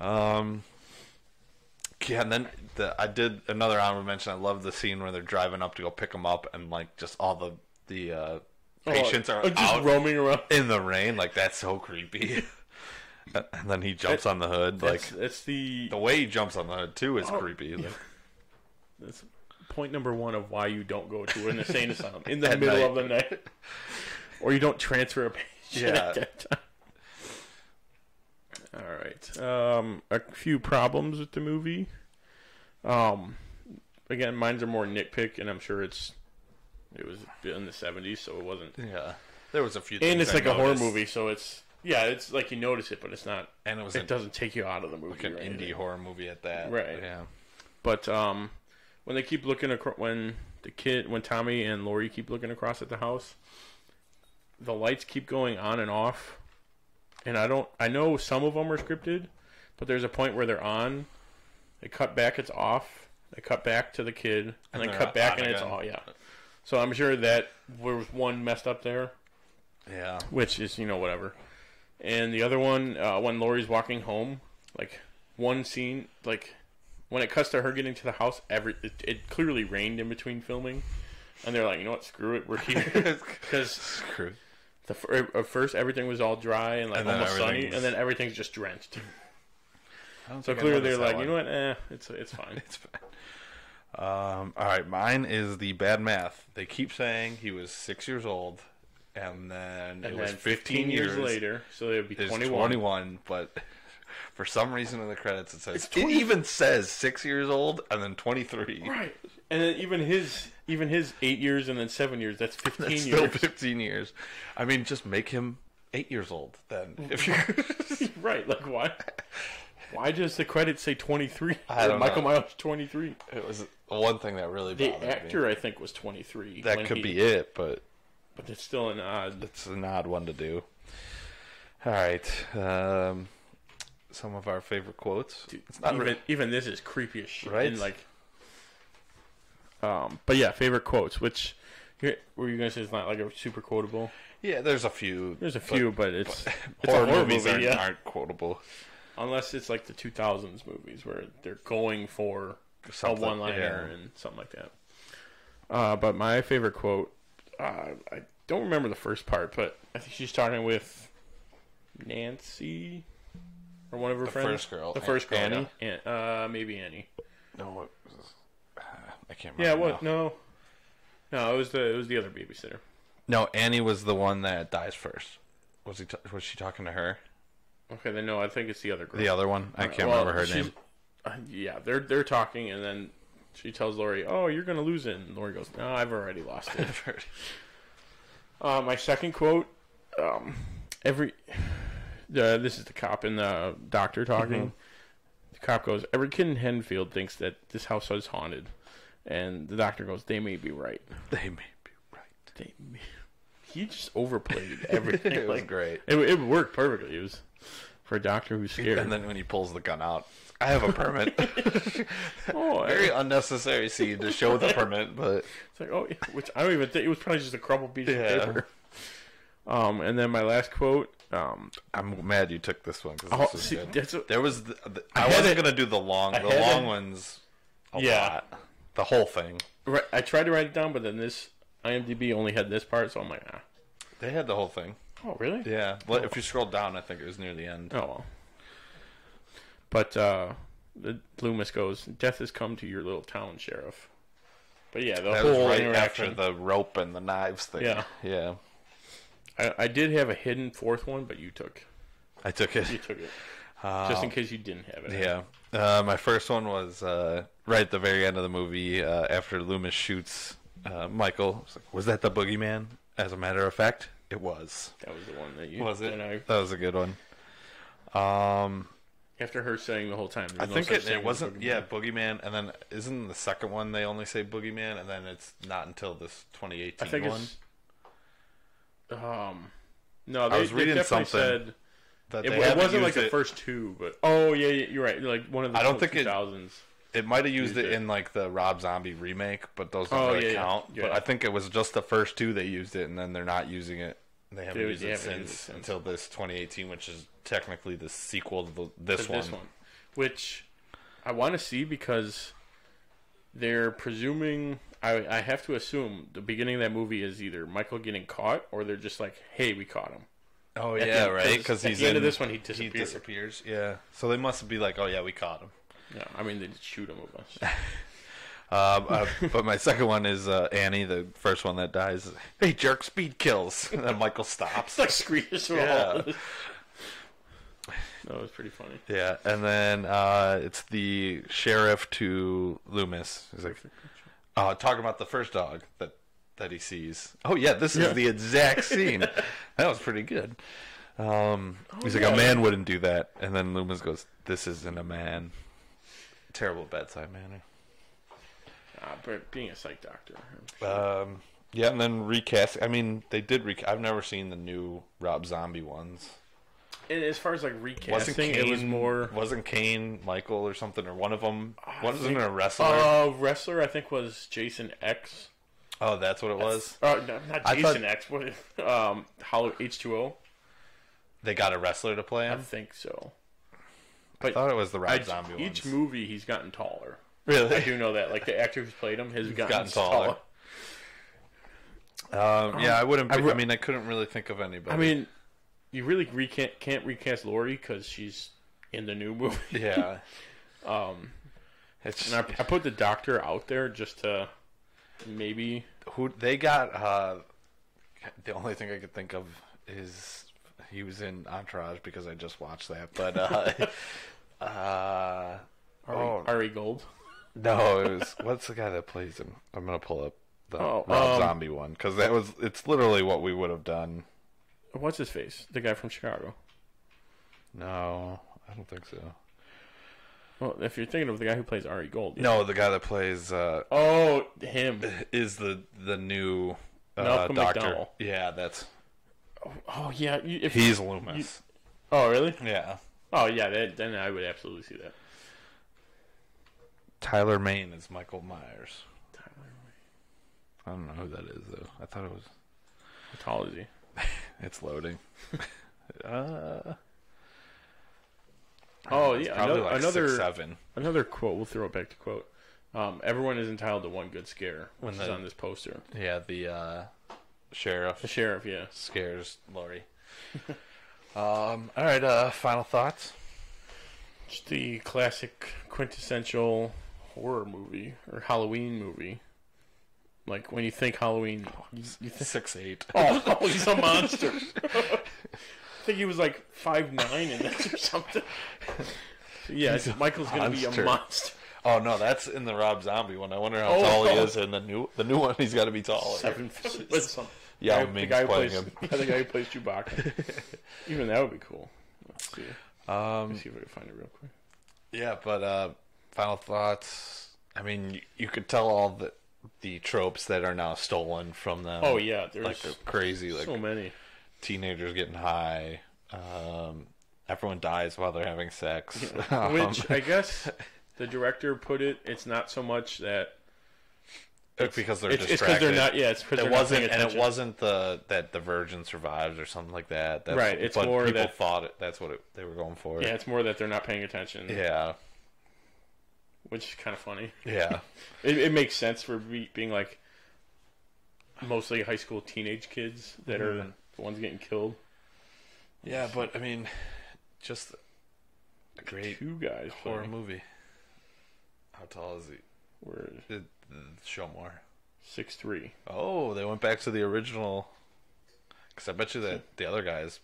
Speaker 2: Um. Yeah, and then the, I did another honorable mention. I love the scene where they're driving up to go pick him up, and like just all the the uh,
Speaker 3: Oh,
Speaker 2: patients are
Speaker 3: just
Speaker 2: out
Speaker 3: roaming around
Speaker 2: in the rain. Like that's so creepy. and then he jumps on the hood. Like
Speaker 3: That's, that's the
Speaker 2: the way he jumps on the hood too is
Speaker 3: Oh,
Speaker 2: creepy.
Speaker 3: yeah.
Speaker 2: Like,
Speaker 3: That's point number one of why you don't go to an insane asylum in the
Speaker 2: At
Speaker 3: middle
Speaker 2: night.
Speaker 3: of the night, or you don't transfer a patient
Speaker 2: Yeah.
Speaker 3: at that time. All right, um, a few problems with the movie. Um, again, mine's are more nitpick, and I'm sure it's it was in the '70s, so it wasn't.
Speaker 2: Yeah, there was a few.
Speaker 3: and
Speaker 2: things
Speaker 3: it's
Speaker 2: I
Speaker 3: like a horror
Speaker 2: noticed.
Speaker 3: movie, so it's yeah, it's like you notice it, but it's not.
Speaker 2: And it was
Speaker 3: it
Speaker 2: a-
Speaker 3: doesn't take you out of the movie.
Speaker 2: like an
Speaker 3: or
Speaker 2: indie
Speaker 3: anything.
Speaker 2: horror movie at that.
Speaker 3: Right.
Speaker 2: Yeah.
Speaker 3: But um, when they keep looking across, when the kid, when Tommy and Lori keep looking across at the house, the lights keep going on and off. And I don't, I know some of them are scripted, but there's a point where they're on. They cut back, it's off. They cut back to the kid, and,
Speaker 2: And
Speaker 3: then
Speaker 2: they're
Speaker 3: cut back,
Speaker 2: on
Speaker 3: and it's
Speaker 2: again.
Speaker 3: all yeah. So I'm sure that there was one messed up there
Speaker 2: Yeah.
Speaker 3: which is you know whatever. And the other one, uh, when Lori's walking home, like one scene, like when it cuts to her getting to the house, every it, it clearly rained in between filming, and they're like, you know what, screw it, we're here because
Speaker 2: Screw.
Speaker 3: the fir- at first everything was all dry and like
Speaker 2: And then
Speaker 3: almost sunny,
Speaker 2: everything's-
Speaker 3: and then everything's just drenched.
Speaker 2: I don't
Speaker 3: So
Speaker 2: think I
Speaker 3: clearly
Speaker 2: noticed
Speaker 3: they're like,
Speaker 2: that one.
Speaker 3: you know what, eh, it's it's fine.
Speaker 2: It's fine. Um, all right, mine is the bad math. They keep saying he was six years old, and then it
Speaker 3: And
Speaker 2: was
Speaker 3: then
Speaker 2: 15 years
Speaker 3: later, so they would be
Speaker 2: It's
Speaker 3: 21.
Speaker 2: 21, but for some reason in the credits it says it even says six years old and then 23.
Speaker 3: Right, and then even his even his eight years and then seven years, that's fifteen
Speaker 2: That's
Speaker 3: years.
Speaker 2: still 15 years. I mean, just make him eight years old then. If you're
Speaker 3: right, like why? Why does the credits say twenty three?
Speaker 2: I don't
Speaker 3: Michael
Speaker 2: know.
Speaker 3: Myers twenty three.
Speaker 2: It was one thing that really
Speaker 3: The
Speaker 2: bothered me.
Speaker 3: actor I think was twenty three.
Speaker 2: that could be it, but
Speaker 3: But it's still an odd.
Speaker 2: it's an odd one to do. All right, um, some of our favorite quotes. it's not
Speaker 3: even,
Speaker 2: really
Speaker 3: even this is creepy as shit.
Speaker 2: Right?
Speaker 3: And like, um, but yeah, favorite quotes. Which here- were you gonna say it's not like a super quotable?
Speaker 2: Yeah, there's a few.
Speaker 3: There's a
Speaker 2: but-
Speaker 3: few, but, it's, it's
Speaker 2: horror
Speaker 3: a horror
Speaker 2: movies
Speaker 3: movie,
Speaker 2: aren't-
Speaker 3: yeah.
Speaker 2: aren't quotable.
Speaker 3: Unless it's like the 2000s movies where they're going for
Speaker 2: Something,
Speaker 3: a one-liner
Speaker 2: yeah.
Speaker 3: and something like that. Uh, but my favorite quote, uh, I don't remember the first part, but I think she's talking with Nancy or one of her
Speaker 2: The
Speaker 3: friends.
Speaker 2: first girl,
Speaker 3: the
Speaker 2: An-
Speaker 3: first girl,
Speaker 2: Anna.
Speaker 3: Annie. An- uh, maybe Annie.
Speaker 2: No, it was, I can't
Speaker 3: Yeah,
Speaker 2: remember.
Speaker 3: what? No, no, it was the it was the other babysitter.
Speaker 2: No, Annie was the one that dies first. Was he? T- was she talking to her?
Speaker 3: Okay, then no, I think it's the other girl.
Speaker 2: The other one? I
Speaker 3: Uh,
Speaker 2: can't remember her
Speaker 3: she's-
Speaker 2: name.
Speaker 3: uh, yeah, they're they're talking, and then she tells Lori, "Oh, you're gonna lose it." And Lori goes, "No, I've already lost it." Uh, my second quote: um, Every uh, this is the cop and the doctor talking.
Speaker 2: Mm-hmm.
Speaker 3: The cop goes, "Every kid in Henfield thinks that this house is haunted," and the doctor goes, "They may be right.
Speaker 2: They may be
Speaker 3: right. They may." He just overplayed everything.
Speaker 2: It was
Speaker 3: like,
Speaker 2: great.
Speaker 3: It, it worked perfectly. It was for a doctor who's scared.
Speaker 2: And then when he pulls the gun out, I have a permit.
Speaker 3: oh,
Speaker 2: Very unnecessary scene to show the permit, but
Speaker 3: It's like, oh, yeah, which I don't even think it was probably just a crumpled piece
Speaker 2: Yeah.
Speaker 3: of paper. Um, and then my last quote. Um,
Speaker 2: I'm mad you took this one because
Speaker 3: Oh, see, that's what-
Speaker 2: there was. The, the-
Speaker 3: I
Speaker 2: I,
Speaker 3: had
Speaker 2: wasn't
Speaker 3: it-
Speaker 2: gonna do the long.
Speaker 3: I
Speaker 2: The
Speaker 3: had
Speaker 2: long
Speaker 3: it.
Speaker 2: ones. A
Speaker 3: Yeah.
Speaker 2: lot. The whole thing.
Speaker 3: right, I tried to write it down, but then this IMDb only had this part, so I'm like, ah.
Speaker 2: They had the whole thing.
Speaker 3: Oh, really?
Speaker 2: Yeah. Well, if you scroll down, I think it was near the end.
Speaker 3: Oh well. But uh, the Loomis goes, "Death has come to your little town, sheriff." But yeah, the
Speaker 2: that was
Speaker 3: whole
Speaker 2: right after
Speaker 3: interaction.
Speaker 2: the rope and the knives thing.
Speaker 3: Yeah.
Speaker 2: Yeah.
Speaker 3: I, I did have a hidden fourth one, but you took
Speaker 2: I took it.
Speaker 3: you took it
Speaker 2: Uh,
Speaker 3: just in case you didn't have it.
Speaker 2: Yeah. Uh, my first one was uh, right at the very end of the movie uh, after Loomis shoots uh, Michael. It's like, was that the boogeyman? As a matter of fact, it was.
Speaker 3: that was the one that you
Speaker 2: Was it?
Speaker 3: and I-
Speaker 2: That was a good one. Um,
Speaker 3: after her saying the whole time.
Speaker 2: I
Speaker 3: there's no
Speaker 2: think
Speaker 3: such
Speaker 2: it,
Speaker 3: thing as
Speaker 2: it
Speaker 3: a
Speaker 2: wasn't.
Speaker 3: boogeyman.
Speaker 2: Yeah, boogeyman, and then isn't the second one they only say boogeyman, and then it's not until this 2018
Speaker 3: I think
Speaker 2: one.
Speaker 3: it's um no.
Speaker 2: I
Speaker 3: They,
Speaker 2: was
Speaker 3: they
Speaker 2: reading
Speaker 3: definitely
Speaker 2: something
Speaker 3: said
Speaker 2: that
Speaker 3: it,
Speaker 2: they
Speaker 3: it
Speaker 2: haven't
Speaker 3: wasn't like
Speaker 2: used
Speaker 3: the
Speaker 2: it-
Speaker 3: first two, but oh yeah, yeah, you're right. Like one of the
Speaker 2: I don't think it-
Speaker 3: 2000s.
Speaker 2: It might have used
Speaker 3: Used
Speaker 2: it,
Speaker 3: it.
Speaker 2: in like the Rob Zombie remake, but those don't
Speaker 3: Oh,
Speaker 2: really
Speaker 3: yeah, yeah.
Speaker 2: count. But
Speaker 3: Yeah.
Speaker 2: I think it was just the first two they used it, and then they're not using it. They haven't
Speaker 3: They-
Speaker 2: used
Speaker 3: they
Speaker 2: it
Speaker 3: haven't
Speaker 2: since,
Speaker 3: used it since.
Speaker 2: until this 2018, which is technically the sequel to the, this,
Speaker 3: to
Speaker 2: one.
Speaker 3: this one, which I want to see because they're presuming. I, I have to assume the beginning of that movie is either Michael getting caught or they're just like, "Hey, we caught him."
Speaker 2: Oh
Speaker 3: At
Speaker 2: yeah,
Speaker 3: the-
Speaker 2: right. Because
Speaker 3: at
Speaker 2: he's
Speaker 3: the end
Speaker 2: in,
Speaker 3: of this one, he disappears.
Speaker 2: disappears. Yeah. So they must be like, oh yeah, we caught him.
Speaker 3: Yeah, I mean they just shoot him a bunch.
Speaker 2: Um, uh, but my second one is uh, Annie, the first one that dies. Hey, jerk, speed kills. And then Michael stops.
Speaker 3: It's like screams from
Speaker 2: Yeah.
Speaker 3: all. That was pretty funny.
Speaker 2: Yeah, and then uh, it's the sheriff to Loomis. He's like, uh, talking about the first dog that that he sees. Oh yeah, this
Speaker 3: Yeah.
Speaker 2: is the exact scene. that was pretty good. Um, he's like,
Speaker 3: Oh, yeah.
Speaker 2: a man wouldn't do that, and then Loomis goes, "This isn't a man." Terrible bedside manner.
Speaker 3: Uh, but being a psych doctor, I'm sure.
Speaker 2: Um, yeah, and then recast. I mean, they did. Rec- I've never seen the new Rob Zombie ones.
Speaker 3: And as far as like recasting, it was more.
Speaker 2: Wasn't Kane Michael or something or one of them? Wasn't it a wrestler?
Speaker 3: Uh, wrestler, I think was Jason X.
Speaker 2: Oh, that's what it was.
Speaker 3: Uh, no, not
Speaker 2: I
Speaker 3: Jason
Speaker 2: thought-
Speaker 3: X. What? Um, Hollow H two O.
Speaker 2: They got a wrestler to play
Speaker 3: I
Speaker 2: him.
Speaker 3: think so.
Speaker 2: I thought it was the Rob
Speaker 3: I-
Speaker 2: Zombie one.
Speaker 3: Each movie, he's gotten taller.
Speaker 2: Really?
Speaker 3: I do know that. Like the actor who's played him has gotten,
Speaker 2: gotten
Speaker 3: taller.
Speaker 2: taller. Um, yeah, I wouldn't.
Speaker 3: I
Speaker 2: Be, I,
Speaker 3: re-
Speaker 2: mean, I couldn't really think of anybody.
Speaker 3: I mean, you really recant, can't recast Lori because she's in the new movie.
Speaker 2: yeah,
Speaker 3: um,
Speaker 2: it's
Speaker 3: and I, I put the doctor out there just to maybe.
Speaker 2: who they got. Uh, the only thing I could think of is he was in Entourage because I just watched that. But uh, uh,
Speaker 3: Ari,
Speaker 2: oh
Speaker 3: Ari Gold.
Speaker 2: no, it was what's the guy that plays him? I'm gonna pull up the
Speaker 3: Oh,
Speaker 2: Rob
Speaker 3: um,
Speaker 2: Zombie one because that was it's literally what we would have done
Speaker 3: what's his face? The guy from Chicago.
Speaker 2: No, I don't think so.
Speaker 3: Well, if you're thinking of the guy who plays Ari Gold, yeah.
Speaker 2: No, the guy that plays uh,
Speaker 3: Oh, him.
Speaker 2: is the the new uh,
Speaker 3: Malcolm
Speaker 2: doctor.
Speaker 3: McDowell.
Speaker 2: Yeah, that's
Speaker 3: Oh yeah, you, if
Speaker 2: he's
Speaker 3: you-
Speaker 2: Loomis.
Speaker 3: oh really?
Speaker 2: Yeah.
Speaker 3: Oh yeah, then, then I would absolutely see that.
Speaker 2: Tyler Maine is Michael Myers. Tyler Maine. I don't know who that is though. I thought it was.
Speaker 3: How tall is he?
Speaker 2: It's loading. uh,
Speaker 3: Oh
Speaker 2: It's
Speaker 3: yeah,
Speaker 2: probably
Speaker 3: another,
Speaker 2: like
Speaker 3: another
Speaker 2: six, seven.
Speaker 3: Another quote. We'll throw it back to quote. Um, everyone is entitled to one good scare,
Speaker 2: When
Speaker 3: which is
Speaker 2: the-
Speaker 3: on this poster.
Speaker 2: yeah, the uh, sheriff. The
Speaker 3: sheriff, yeah,
Speaker 2: scares Laurie. um. All right. Uh. Final thoughts.
Speaker 3: Just the classic, quintessential horror movie or Halloween movie. Like when you think Halloween, you, you think
Speaker 2: six eight.
Speaker 3: Oh, oh, he's a monster. I think he was like five nine in this or something. Yeah,
Speaker 2: He's a
Speaker 3: Michael's gonna be a monster.
Speaker 2: Oh no, that's in the Rob Zombie one. I wonder how
Speaker 3: Oh.
Speaker 2: tall he is in the new the new one. He's got to be taller.
Speaker 3: Seven foot or something.
Speaker 2: Yao
Speaker 3: The guy- the
Speaker 2: Ming's
Speaker 3: guy who
Speaker 2: playing
Speaker 3: plays,
Speaker 2: him.
Speaker 3: Yeah, the guy who plays Chewbacca. Even that would be cool. Let's see.
Speaker 2: Um,
Speaker 3: Let's see if we can find it real quick.
Speaker 2: Yeah, but uh, final thoughts. I mean, you, you could tell all the the tropes that are now stolen from them.
Speaker 3: Oh, yeah,
Speaker 2: like
Speaker 3: there's
Speaker 2: they're crazy, like
Speaker 3: so many.
Speaker 2: teenagers getting high. Um, everyone dies while they're having sex. Um,
Speaker 3: Which I guess the director put it. It's not so much that
Speaker 2: It's because they're
Speaker 3: it's, it's 'cause
Speaker 2: distracted.
Speaker 3: they're not. Yeah, it's because
Speaker 2: it
Speaker 3: they're
Speaker 2: wasn't,
Speaker 3: not paying
Speaker 2: and it
Speaker 3: attention.
Speaker 2: wasn't the that the Virgin survives or something like that. That's,
Speaker 3: Right, it's
Speaker 2: but
Speaker 3: more
Speaker 2: people
Speaker 3: that-
Speaker 2: thought it, that's what it, they were going for.
Speaker 3: Yeah, it's more that they're not paying attention.
Speaker 2: yeah,
Speaker 3: which is kind of funny.
Speaker 2: Yeah.
Speaker 3: it, it makes sense for be, being like mostly high school teenage kids that are
Speaker 2: Mhm.
Speaker 3: the ones getting killed.
Speaker 2: yeah. But I mean, just a great
Speaker 3: Two guys
Speaker 2: horror
Speaker 3: playing.
Speaker 2: movie. How tall is he?
Speaker 3: Where is
Speaker 2: it? Show more.
Speaker 3: Six three.
Speaker 2: Oh, they went back to the original. Because I bet you that the other guys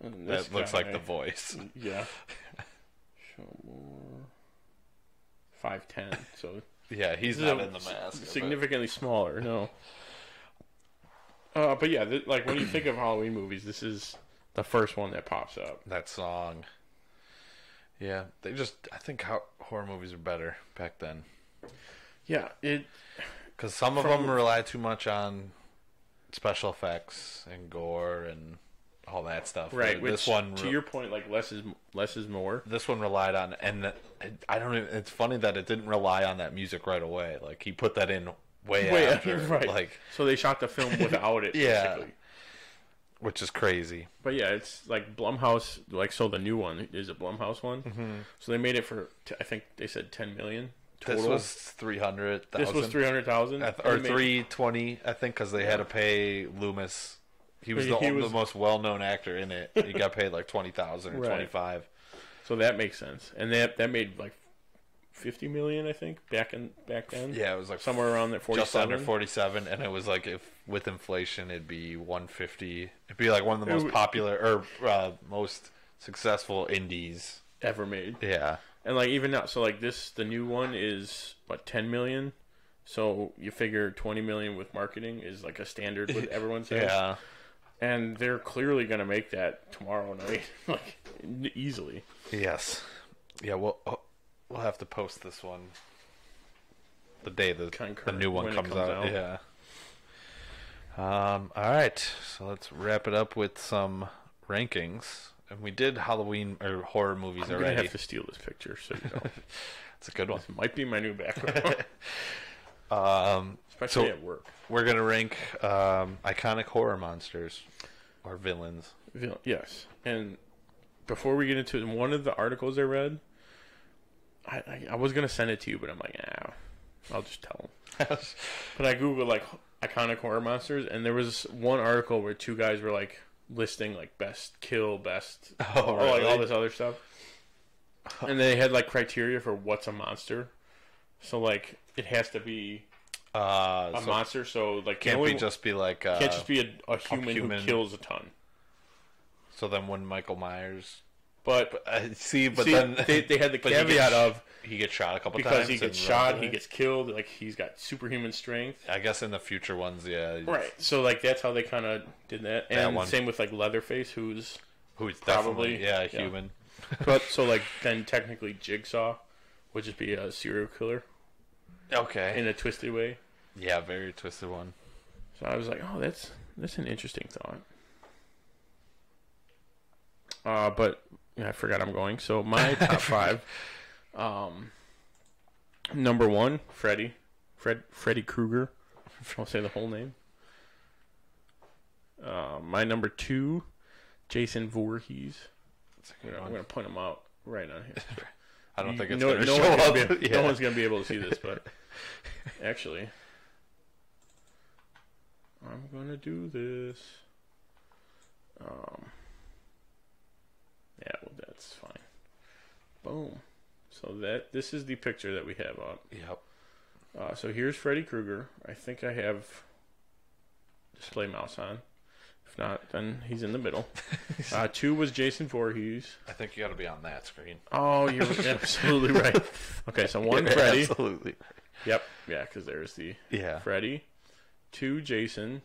Speaker 3: And this
Speaker 2: that looks like
Speaker 3: guy-
Speaker 2: the voice.
Speaker 3: Yeah. Show more. Five ten. So
Speaker 2: Yeah, he's
Speaker 3: This is
Speaker 2: not
Speaker 3: a
Speaker 2: in the mask, but-
Speaker 3: Significantly smaller. No. Uh, but yeah, th- like when you think of Halloween movies, this is the first one that pops up.
Speaker 2: That song. Yeah, they just. I think how horror movies are better back then.
Speaker 3: Yeah, it.
Speaker 2: Because some of
Speaker 3: From-
Speaker 2: them rely too much on special effects and gore and all that stuff.
Speaker 3: Right.
Speaker 2: This
Speaker 3: Which,
Speaker 2: one,
Speaker 3: to
Speaker 2: re-
Speaker 3: your point, like less is less is more.
Speaker 2: this one relied on, and that, I don't. Even, it's funny that it didn't rely on that music right away. Like he put that in way, after.
Speaker 3: right.
Speaker 2: Like
Speaker 3: so they shot the film without it.
Speaker 2: yeah,
Speaker 3: basically.
Speaker 2: which is crazy.
Speaker 3: But yeah, it's like Blumhouse. Like so, the new one is a Blumhouse one.
Speaker 2: Mhm.
Speaker 3: So they made it for t- I think they said ten million total.
Speaker 2: This was three hundred.
Speaker 3: This was 300,000?
Speaker 2: or
Speaker 3: They made-
Speaker 2: three twenty, I think, because they had to pay Loomis. He was
Speaker 3: He-
Speaker 2: the,
Speaker 3: he
Speaker 2: the
Speaker 3: was-
Speaker 2: most well-known actor in it. He got paid like twenty thousand or
Speaker 3: Right.
Speaker 2: twenty-five.
Speaker 3: So that makes sense, and that that made like fifty million, I think, back in back then.
Speaker 2: Yeah, it was like
Speaker 3: somewhere around that forty-seven.
Speaker 2: just under forty-seven, and it was like if with inflation, it'd be one fifty. It'd be like one of the
Speaker 3: It
Speaker 2: most
Speaker 3: would-
Speaker 2: popular or uh, most successful indies
Speaker 3: ever made.
Speaker 2: Yeah,
Speaker 3: and like even now, so like this, the new one is what ten million. So you figure twenty million with marketing is like a standard with everyone says.
Speaker 2: Yeah.
Speaker 3: and they're clearly gonna make that tomorrow night, like n- easily.
Speaker 2: Yes. Yeah, we'll oh, we'll have to post this one the day the, the
Speaker 3: Concurrent,
Speaker 2: new one
Speaker 3: when it
Speaker 2: comes,
Speaker 3: comes
Speaker 2: out.
Speaker 3: out.
Speaker 2: Yeah. Um. All right. So let's wrap it up with some rankings, and we did Halloween or horror movies
Speaker 3: I'm
Speaker 2: already.
Speaker 3: gonna have to steal this picture, so you know.
Speaker 2: it's a good one.
Speaker 3: This might be my new background.
Speaker 2: um.
Speaker 3: Especially
Speaker 2: so
Speaker 3: at work.
Speaker 2: We're gonna rank um iconic horror monsters or villains.
Speaker 3: Vil- Yes, and before we get into it, one of the articles I read, I, I, I was gonna send it to you, but I'm like, ah, I'll just tell them. but I googled like iconic horror monsters, and there was one article where two guys were like listing like best kill, best
Speaker 2: Oh,
Speaker 3: or, like all
Speaker 2: really?
Speaker 3: this other stuff, and they had like criteria for what's a monster. So like it has to be
Speaker 2: Uh,
Speaker 3: a
Speaker 2: so
Speaker 3: monster. So like
Speaker 2: Can't
Speaker 3: the
Speaker 2: be
Speaker 3: only-
Speaker 2: just be like uh,
Speaker 3: can't just be a, a human who kills a ton.
Speaker 2: So then, when Michael Myers
Speaker 3: But,
Speaker 2: I see, but then
Speaker 3: they, they had the
Speaker 2: but he
Speaker 3: caveat
Speaker 2: gets-
Speaker 3: of
Speaker 2: he gets shot a couple
Speaker 3: because
Speaker 2: times
Speaker 3: he
Speaker 2: and
Speaker 3: gets
Speaker 2: runs
Speaker 3: shot,
Speaker 2: away.
Speaker 3: he gets killed. Like he's got superhuman strength.
Speaker 2: I guess in the future ones, yeah,
Speaker 3: Right. So like that's how they kind of did that.
Speaker 2: That
Speaker 3: And
Speaker 2: one.
Speaker 3: same with like Leatherface, who's
Speaker 2: Who's
Speaker 3: probably
Speaker 2: definitely, yeah, human.
Speaker 3: but so like then technically Jigsaw would just be a serial killer.
Speaker 2: Okay.
Speaker 3: In a twisted way.
Speaker 2: Yeah, very twisted one.
Speaker 3: So I was like, oh, that's that's an interesting thought. Uh, but yeah, I forgot I'm going. So my top five. Um, number one, Freddy, Fred, Freddy Krueger. I'll say the whole name. Uh, my number two, Jason Voorhees. I'm gonna- I'm gonna point him out right on here.
Speaker 2: I don't
Speaker 3: You-
Speaker 2: think it's
Speaker 3: no,
Speaker 2: gonna
Speaker 3: no
Speaker 2: show
Speaker 3: one's
Speaker 2: up.
Speaker 3: Gonna be,
Speaker 2: Yeah.
Speaker 3: No one's gonna be able to see this, but actually, I'm gonna do this. Um, yeah, well, that's fine. Boom. So that this is the picture that we have up.
Speaker 2: Yep.
Speaker 3: Uh, so here's Freddy Krueger. I think I have display mouse on. If not, then he's in the middle. Uh, two was Jason Voorhees.
Speaker 2: I think you got to be on that screen.
Speaker 3: Oh, you're absolutely right. Okay, so one
Speaker 2: You're
Speaker 3: Freddy.
Speaker 2: absolutely
Speaker 3: Yep. Yeah, because there's the
Speaker 2: Yeah.
Speaker 3: Freddy. Two Jason.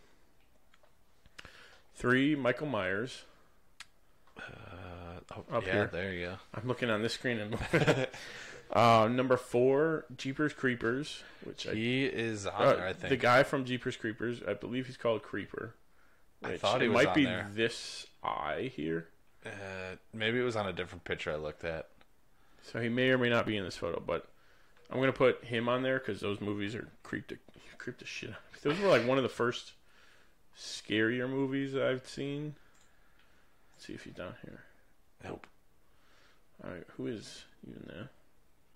Speaker 3: Three Michael Myers.
Speaker 2: Uh,
Speaker 3: up
Speaker 2: yeah,
Speaker 3: here.
Speaker 2: there you go.
Speaker 3: I'm looking on this screen. And uh, number four, Jeepers Creepers, which
Speaker 2: He
Speaker 3: I,
Speaker 2: is on there, I think.
Speaker 3: Uh, the guy from Jeepers Creepers. I believe he's called Creeper.
Speaker 2: I
Speaker 3: which
Speaker 2: thought he
Speaker 3: it
Speaker 2: was
Speaker 3: might
Speaker 2: on
Speaker 3: be
Speaker 2: there.
Speaker 3: this eye here.
Speaker 2: Uh, maybe it was on a different picture I looked at.
Speaker 3: So he may or may not be in this photo, but I'm gonna put him on there because those movies are creeped creeped the shit out. of me. Those were like one of the first scarier movies that I've seen. Let's see if he's down here.
Speaker 2: Nope.
Speaker 3: All right, who is even there?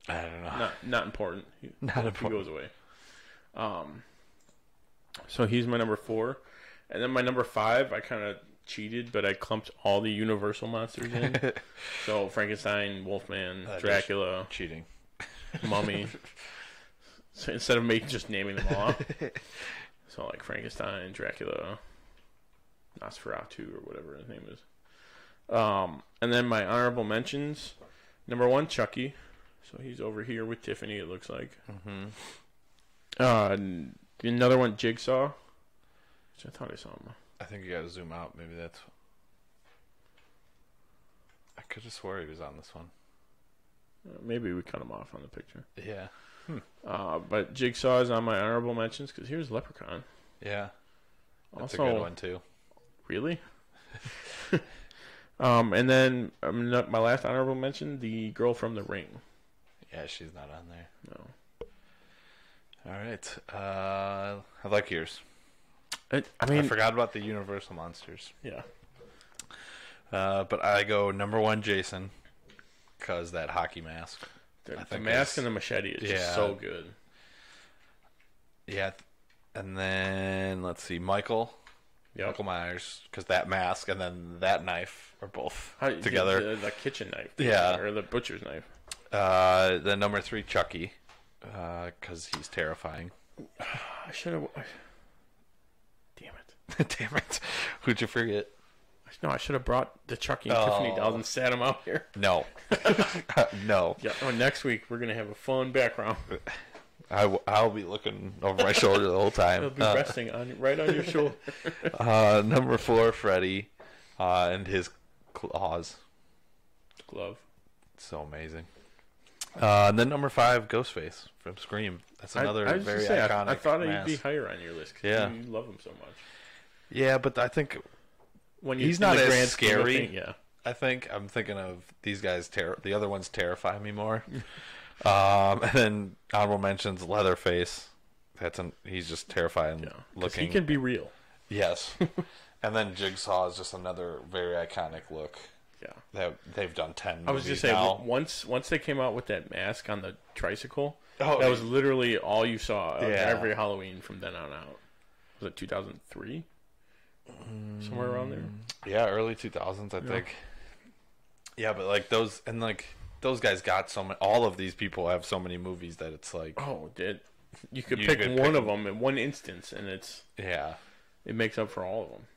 Speaker 2: I don't know.
Speaker 3: Not not important. He,
Speaker 2: Not
Speaker 3: he
Speaker 2: important.
Speaker 3: goes away. Um. So he's my number four, and then my number five. I kind of cheated, but I clumped all the Universal monsters in. so Frankenstein, Wolfman,
Speaker 2: That is
Speaker 3: Dracula,
Speaker 2: cheating,
Speaker 3: Mummy. so instead of me just naming them all, out, so like Frankenstein, Dracula, Nosferatu, or whatever his name is. Um, and then my honorable mentions. Number one, Chucky. So he's over here with Tiffany. It looks like.
Speaker 2: Mm-hmm.
Speaker 3: Uh, n- another one, Jigsaw. Which I thought I saw him.
Speaker 2: I think you got to zoom out. Maybe that's. I could have swore he was on this one.
Speaker 3: Uh, Maybe we cut him off on the picture.
Speaker 2: Yeah. Hmm.
Speaker 3: Uh, but Jigsaw is on my honorable mentions because here's Leprechaun.
Speaker 2: Yeah. That's a
Speaker 3: Also-
Speaker 2: good one too.
Speaker 3: Really? um, and then um, no- my last honorable mention: the girl from The Ring.
Speaker 2: Yeah, she's not on there.
Speaker 3: No.
Speaker 2: All right. Uh, I like yours.
Speaker 3: Uh, I,
Speaker 2: I forgot about the Universal monsters.
Speaker 3: Yeah.
Speaker 2: Uh, but I go number one, Jason, because that hockey mask.
Speaker 3: The-
Speaker 2: I
Speaker 3: the
Speaker 2: think
Speaker 3: mask
Speaker 2: is-
Speaker 3: and the machete is just so good.
Speaker 2: Yeah, th- and then let's see, Michael, Michael Myers, because that mask and then that knife are both
Speaker 3: How- the-
Speaker 2: together.
Speaker 3: the, the kitchen knife.
Speaker 2: Yeah.
Speaker 3: or the butcher's knife.
Speaker 2: Uh, the number three, Chucky, because he's terrifying.
Speaker 3: I should have. Damn it!
Speaker 2: Damn it! Who'd you forget?
Speaker 3: No, I should have brought the Chucky and
Speaker 2: Oh.
Speaker 3: Tiffany dolls and sat them out here.
Speaker 2: No, no.
Speaker 3: Yeah. Oh, next week we're gonna have a fun background.
Speaker 2: I w- I'll be looking over my shoulder the whole time.
Speaker 3: It'll be
Speaker 2: Uh,
Speaker 3: resting on right on your shoulder.
Speaker 2: uh, number four, Freddy, uh, and his claws.
Speaker 3: Glove.
Speaker 2: So amazing. Uh, and then number five, Ghostface from Scream. That's
Speaker 3: I-
Speaker 2: another
Speaker 3: I was gonna
Speaker 2: very
Speaker 3: say, I-
Speaker 2: iconic.
Speaker 3: I, thought
Speaker 2: mask.
Speaker 3: he'd be higher on your list. 'cause
Speaker 2: Yeah.
Speaker 3: you love him so much.
Speaker 2: Yeah, but I think
Speaker 3: When
Speaker 2: when
Speaker 3: you-
Speaker 2: he's
Speaker 3: in
Speaker 2: not
Speaker 3: the
Speaker 2: as
Speaker 3: grand scheme of
Speaker 2: scary.
Speaker 3: thing, yeah.
Speaker 2: I think I'm thinking of these guys. Ter- the other ones terrify me more. um, and then honorable mentions Leatherface. That's an he's just terrifying
Speaker 3: 'Cause
Speaker 2: looking.
Speaker 3: He can be real.
Speaker 2: Yes. and then Jigsaw is just another very iconic look.
Speaker 3: Yeah.
Speaker 2: That they've done ten.
Speaker 3: I was
Speaker 2: movies
Speaker 3: just saying
Speaker 2: now.
Speaker 3: w- once once they came out with that mask on the tricycle,
Speaker 2: Oh,
Speaker 3: that
Speaker 2: yeah.
Speaker 3: was literally all you saw on
Speaker 2: Yeah.
Speaker 3: every Halloween from then on out. Was it 2003? Somewhere around
Speaker 2: Mm.
Speaker 3: there.
Speaker 2: Yeah, early two thousands, I
Speaker 3: Yeah.
Speaker 2: think. Yeah, but like those and like those guys got so many. All of these people have so many movies that it's like,
Speaker 3: Oh, did you could
Speaker 2: You
Speaker 3: pick
Speaker 2: could
Speaker 3: one
Speaker 2: pick-
Speaker 3: of them in one instance, and it's
Speaker 2: yeah.
Speaker 3: it makes up for all of them.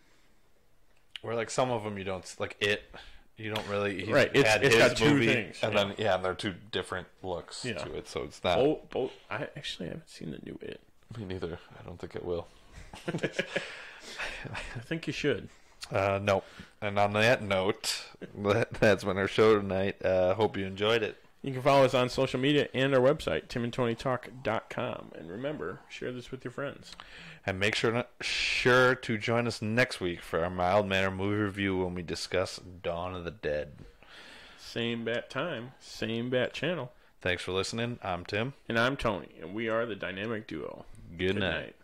Speaker 2: Where like some of them you don't s- like it. You don't really. He's
Speaker 3: Right, it's-
Speaker 2: had
Speaker 3: it's
Speaker 2: his
Speaker 3: got two
Speaker 2: movie,
Speaker 3: things,
Speaker 2: and
Speaker 3: yeah.
Speaker 2: then yeah, and they're two different looks
Speaker 3: Yeah. Oh.
Speaker 2: to it, so it's not.
Speaker 3: Both, both. I actually haven't seen the new It.
Speaker 2: Me neither. I don't think it will.
Speaker 3: I think you should.
Speaker 2: Uh, no. And on that note, that, that's been our show tonight. Uh, hope you enjoyed it.
Speaker 3: You can follow us on social media and our website, timandtonytalk.com. And remember, share this with your friends.
Speaker 2: And make sure not, sure to join us next week for our mild manner movie review when we discuss Dawn of the Dead.
Speaker 3: Same bat time, same bat channel.
Speaker 2: Thanks for listening. I'm Tim.
Speaker 3: And I'm Tony, and we are the Dynamic Duo.
Speaker 2: Good night.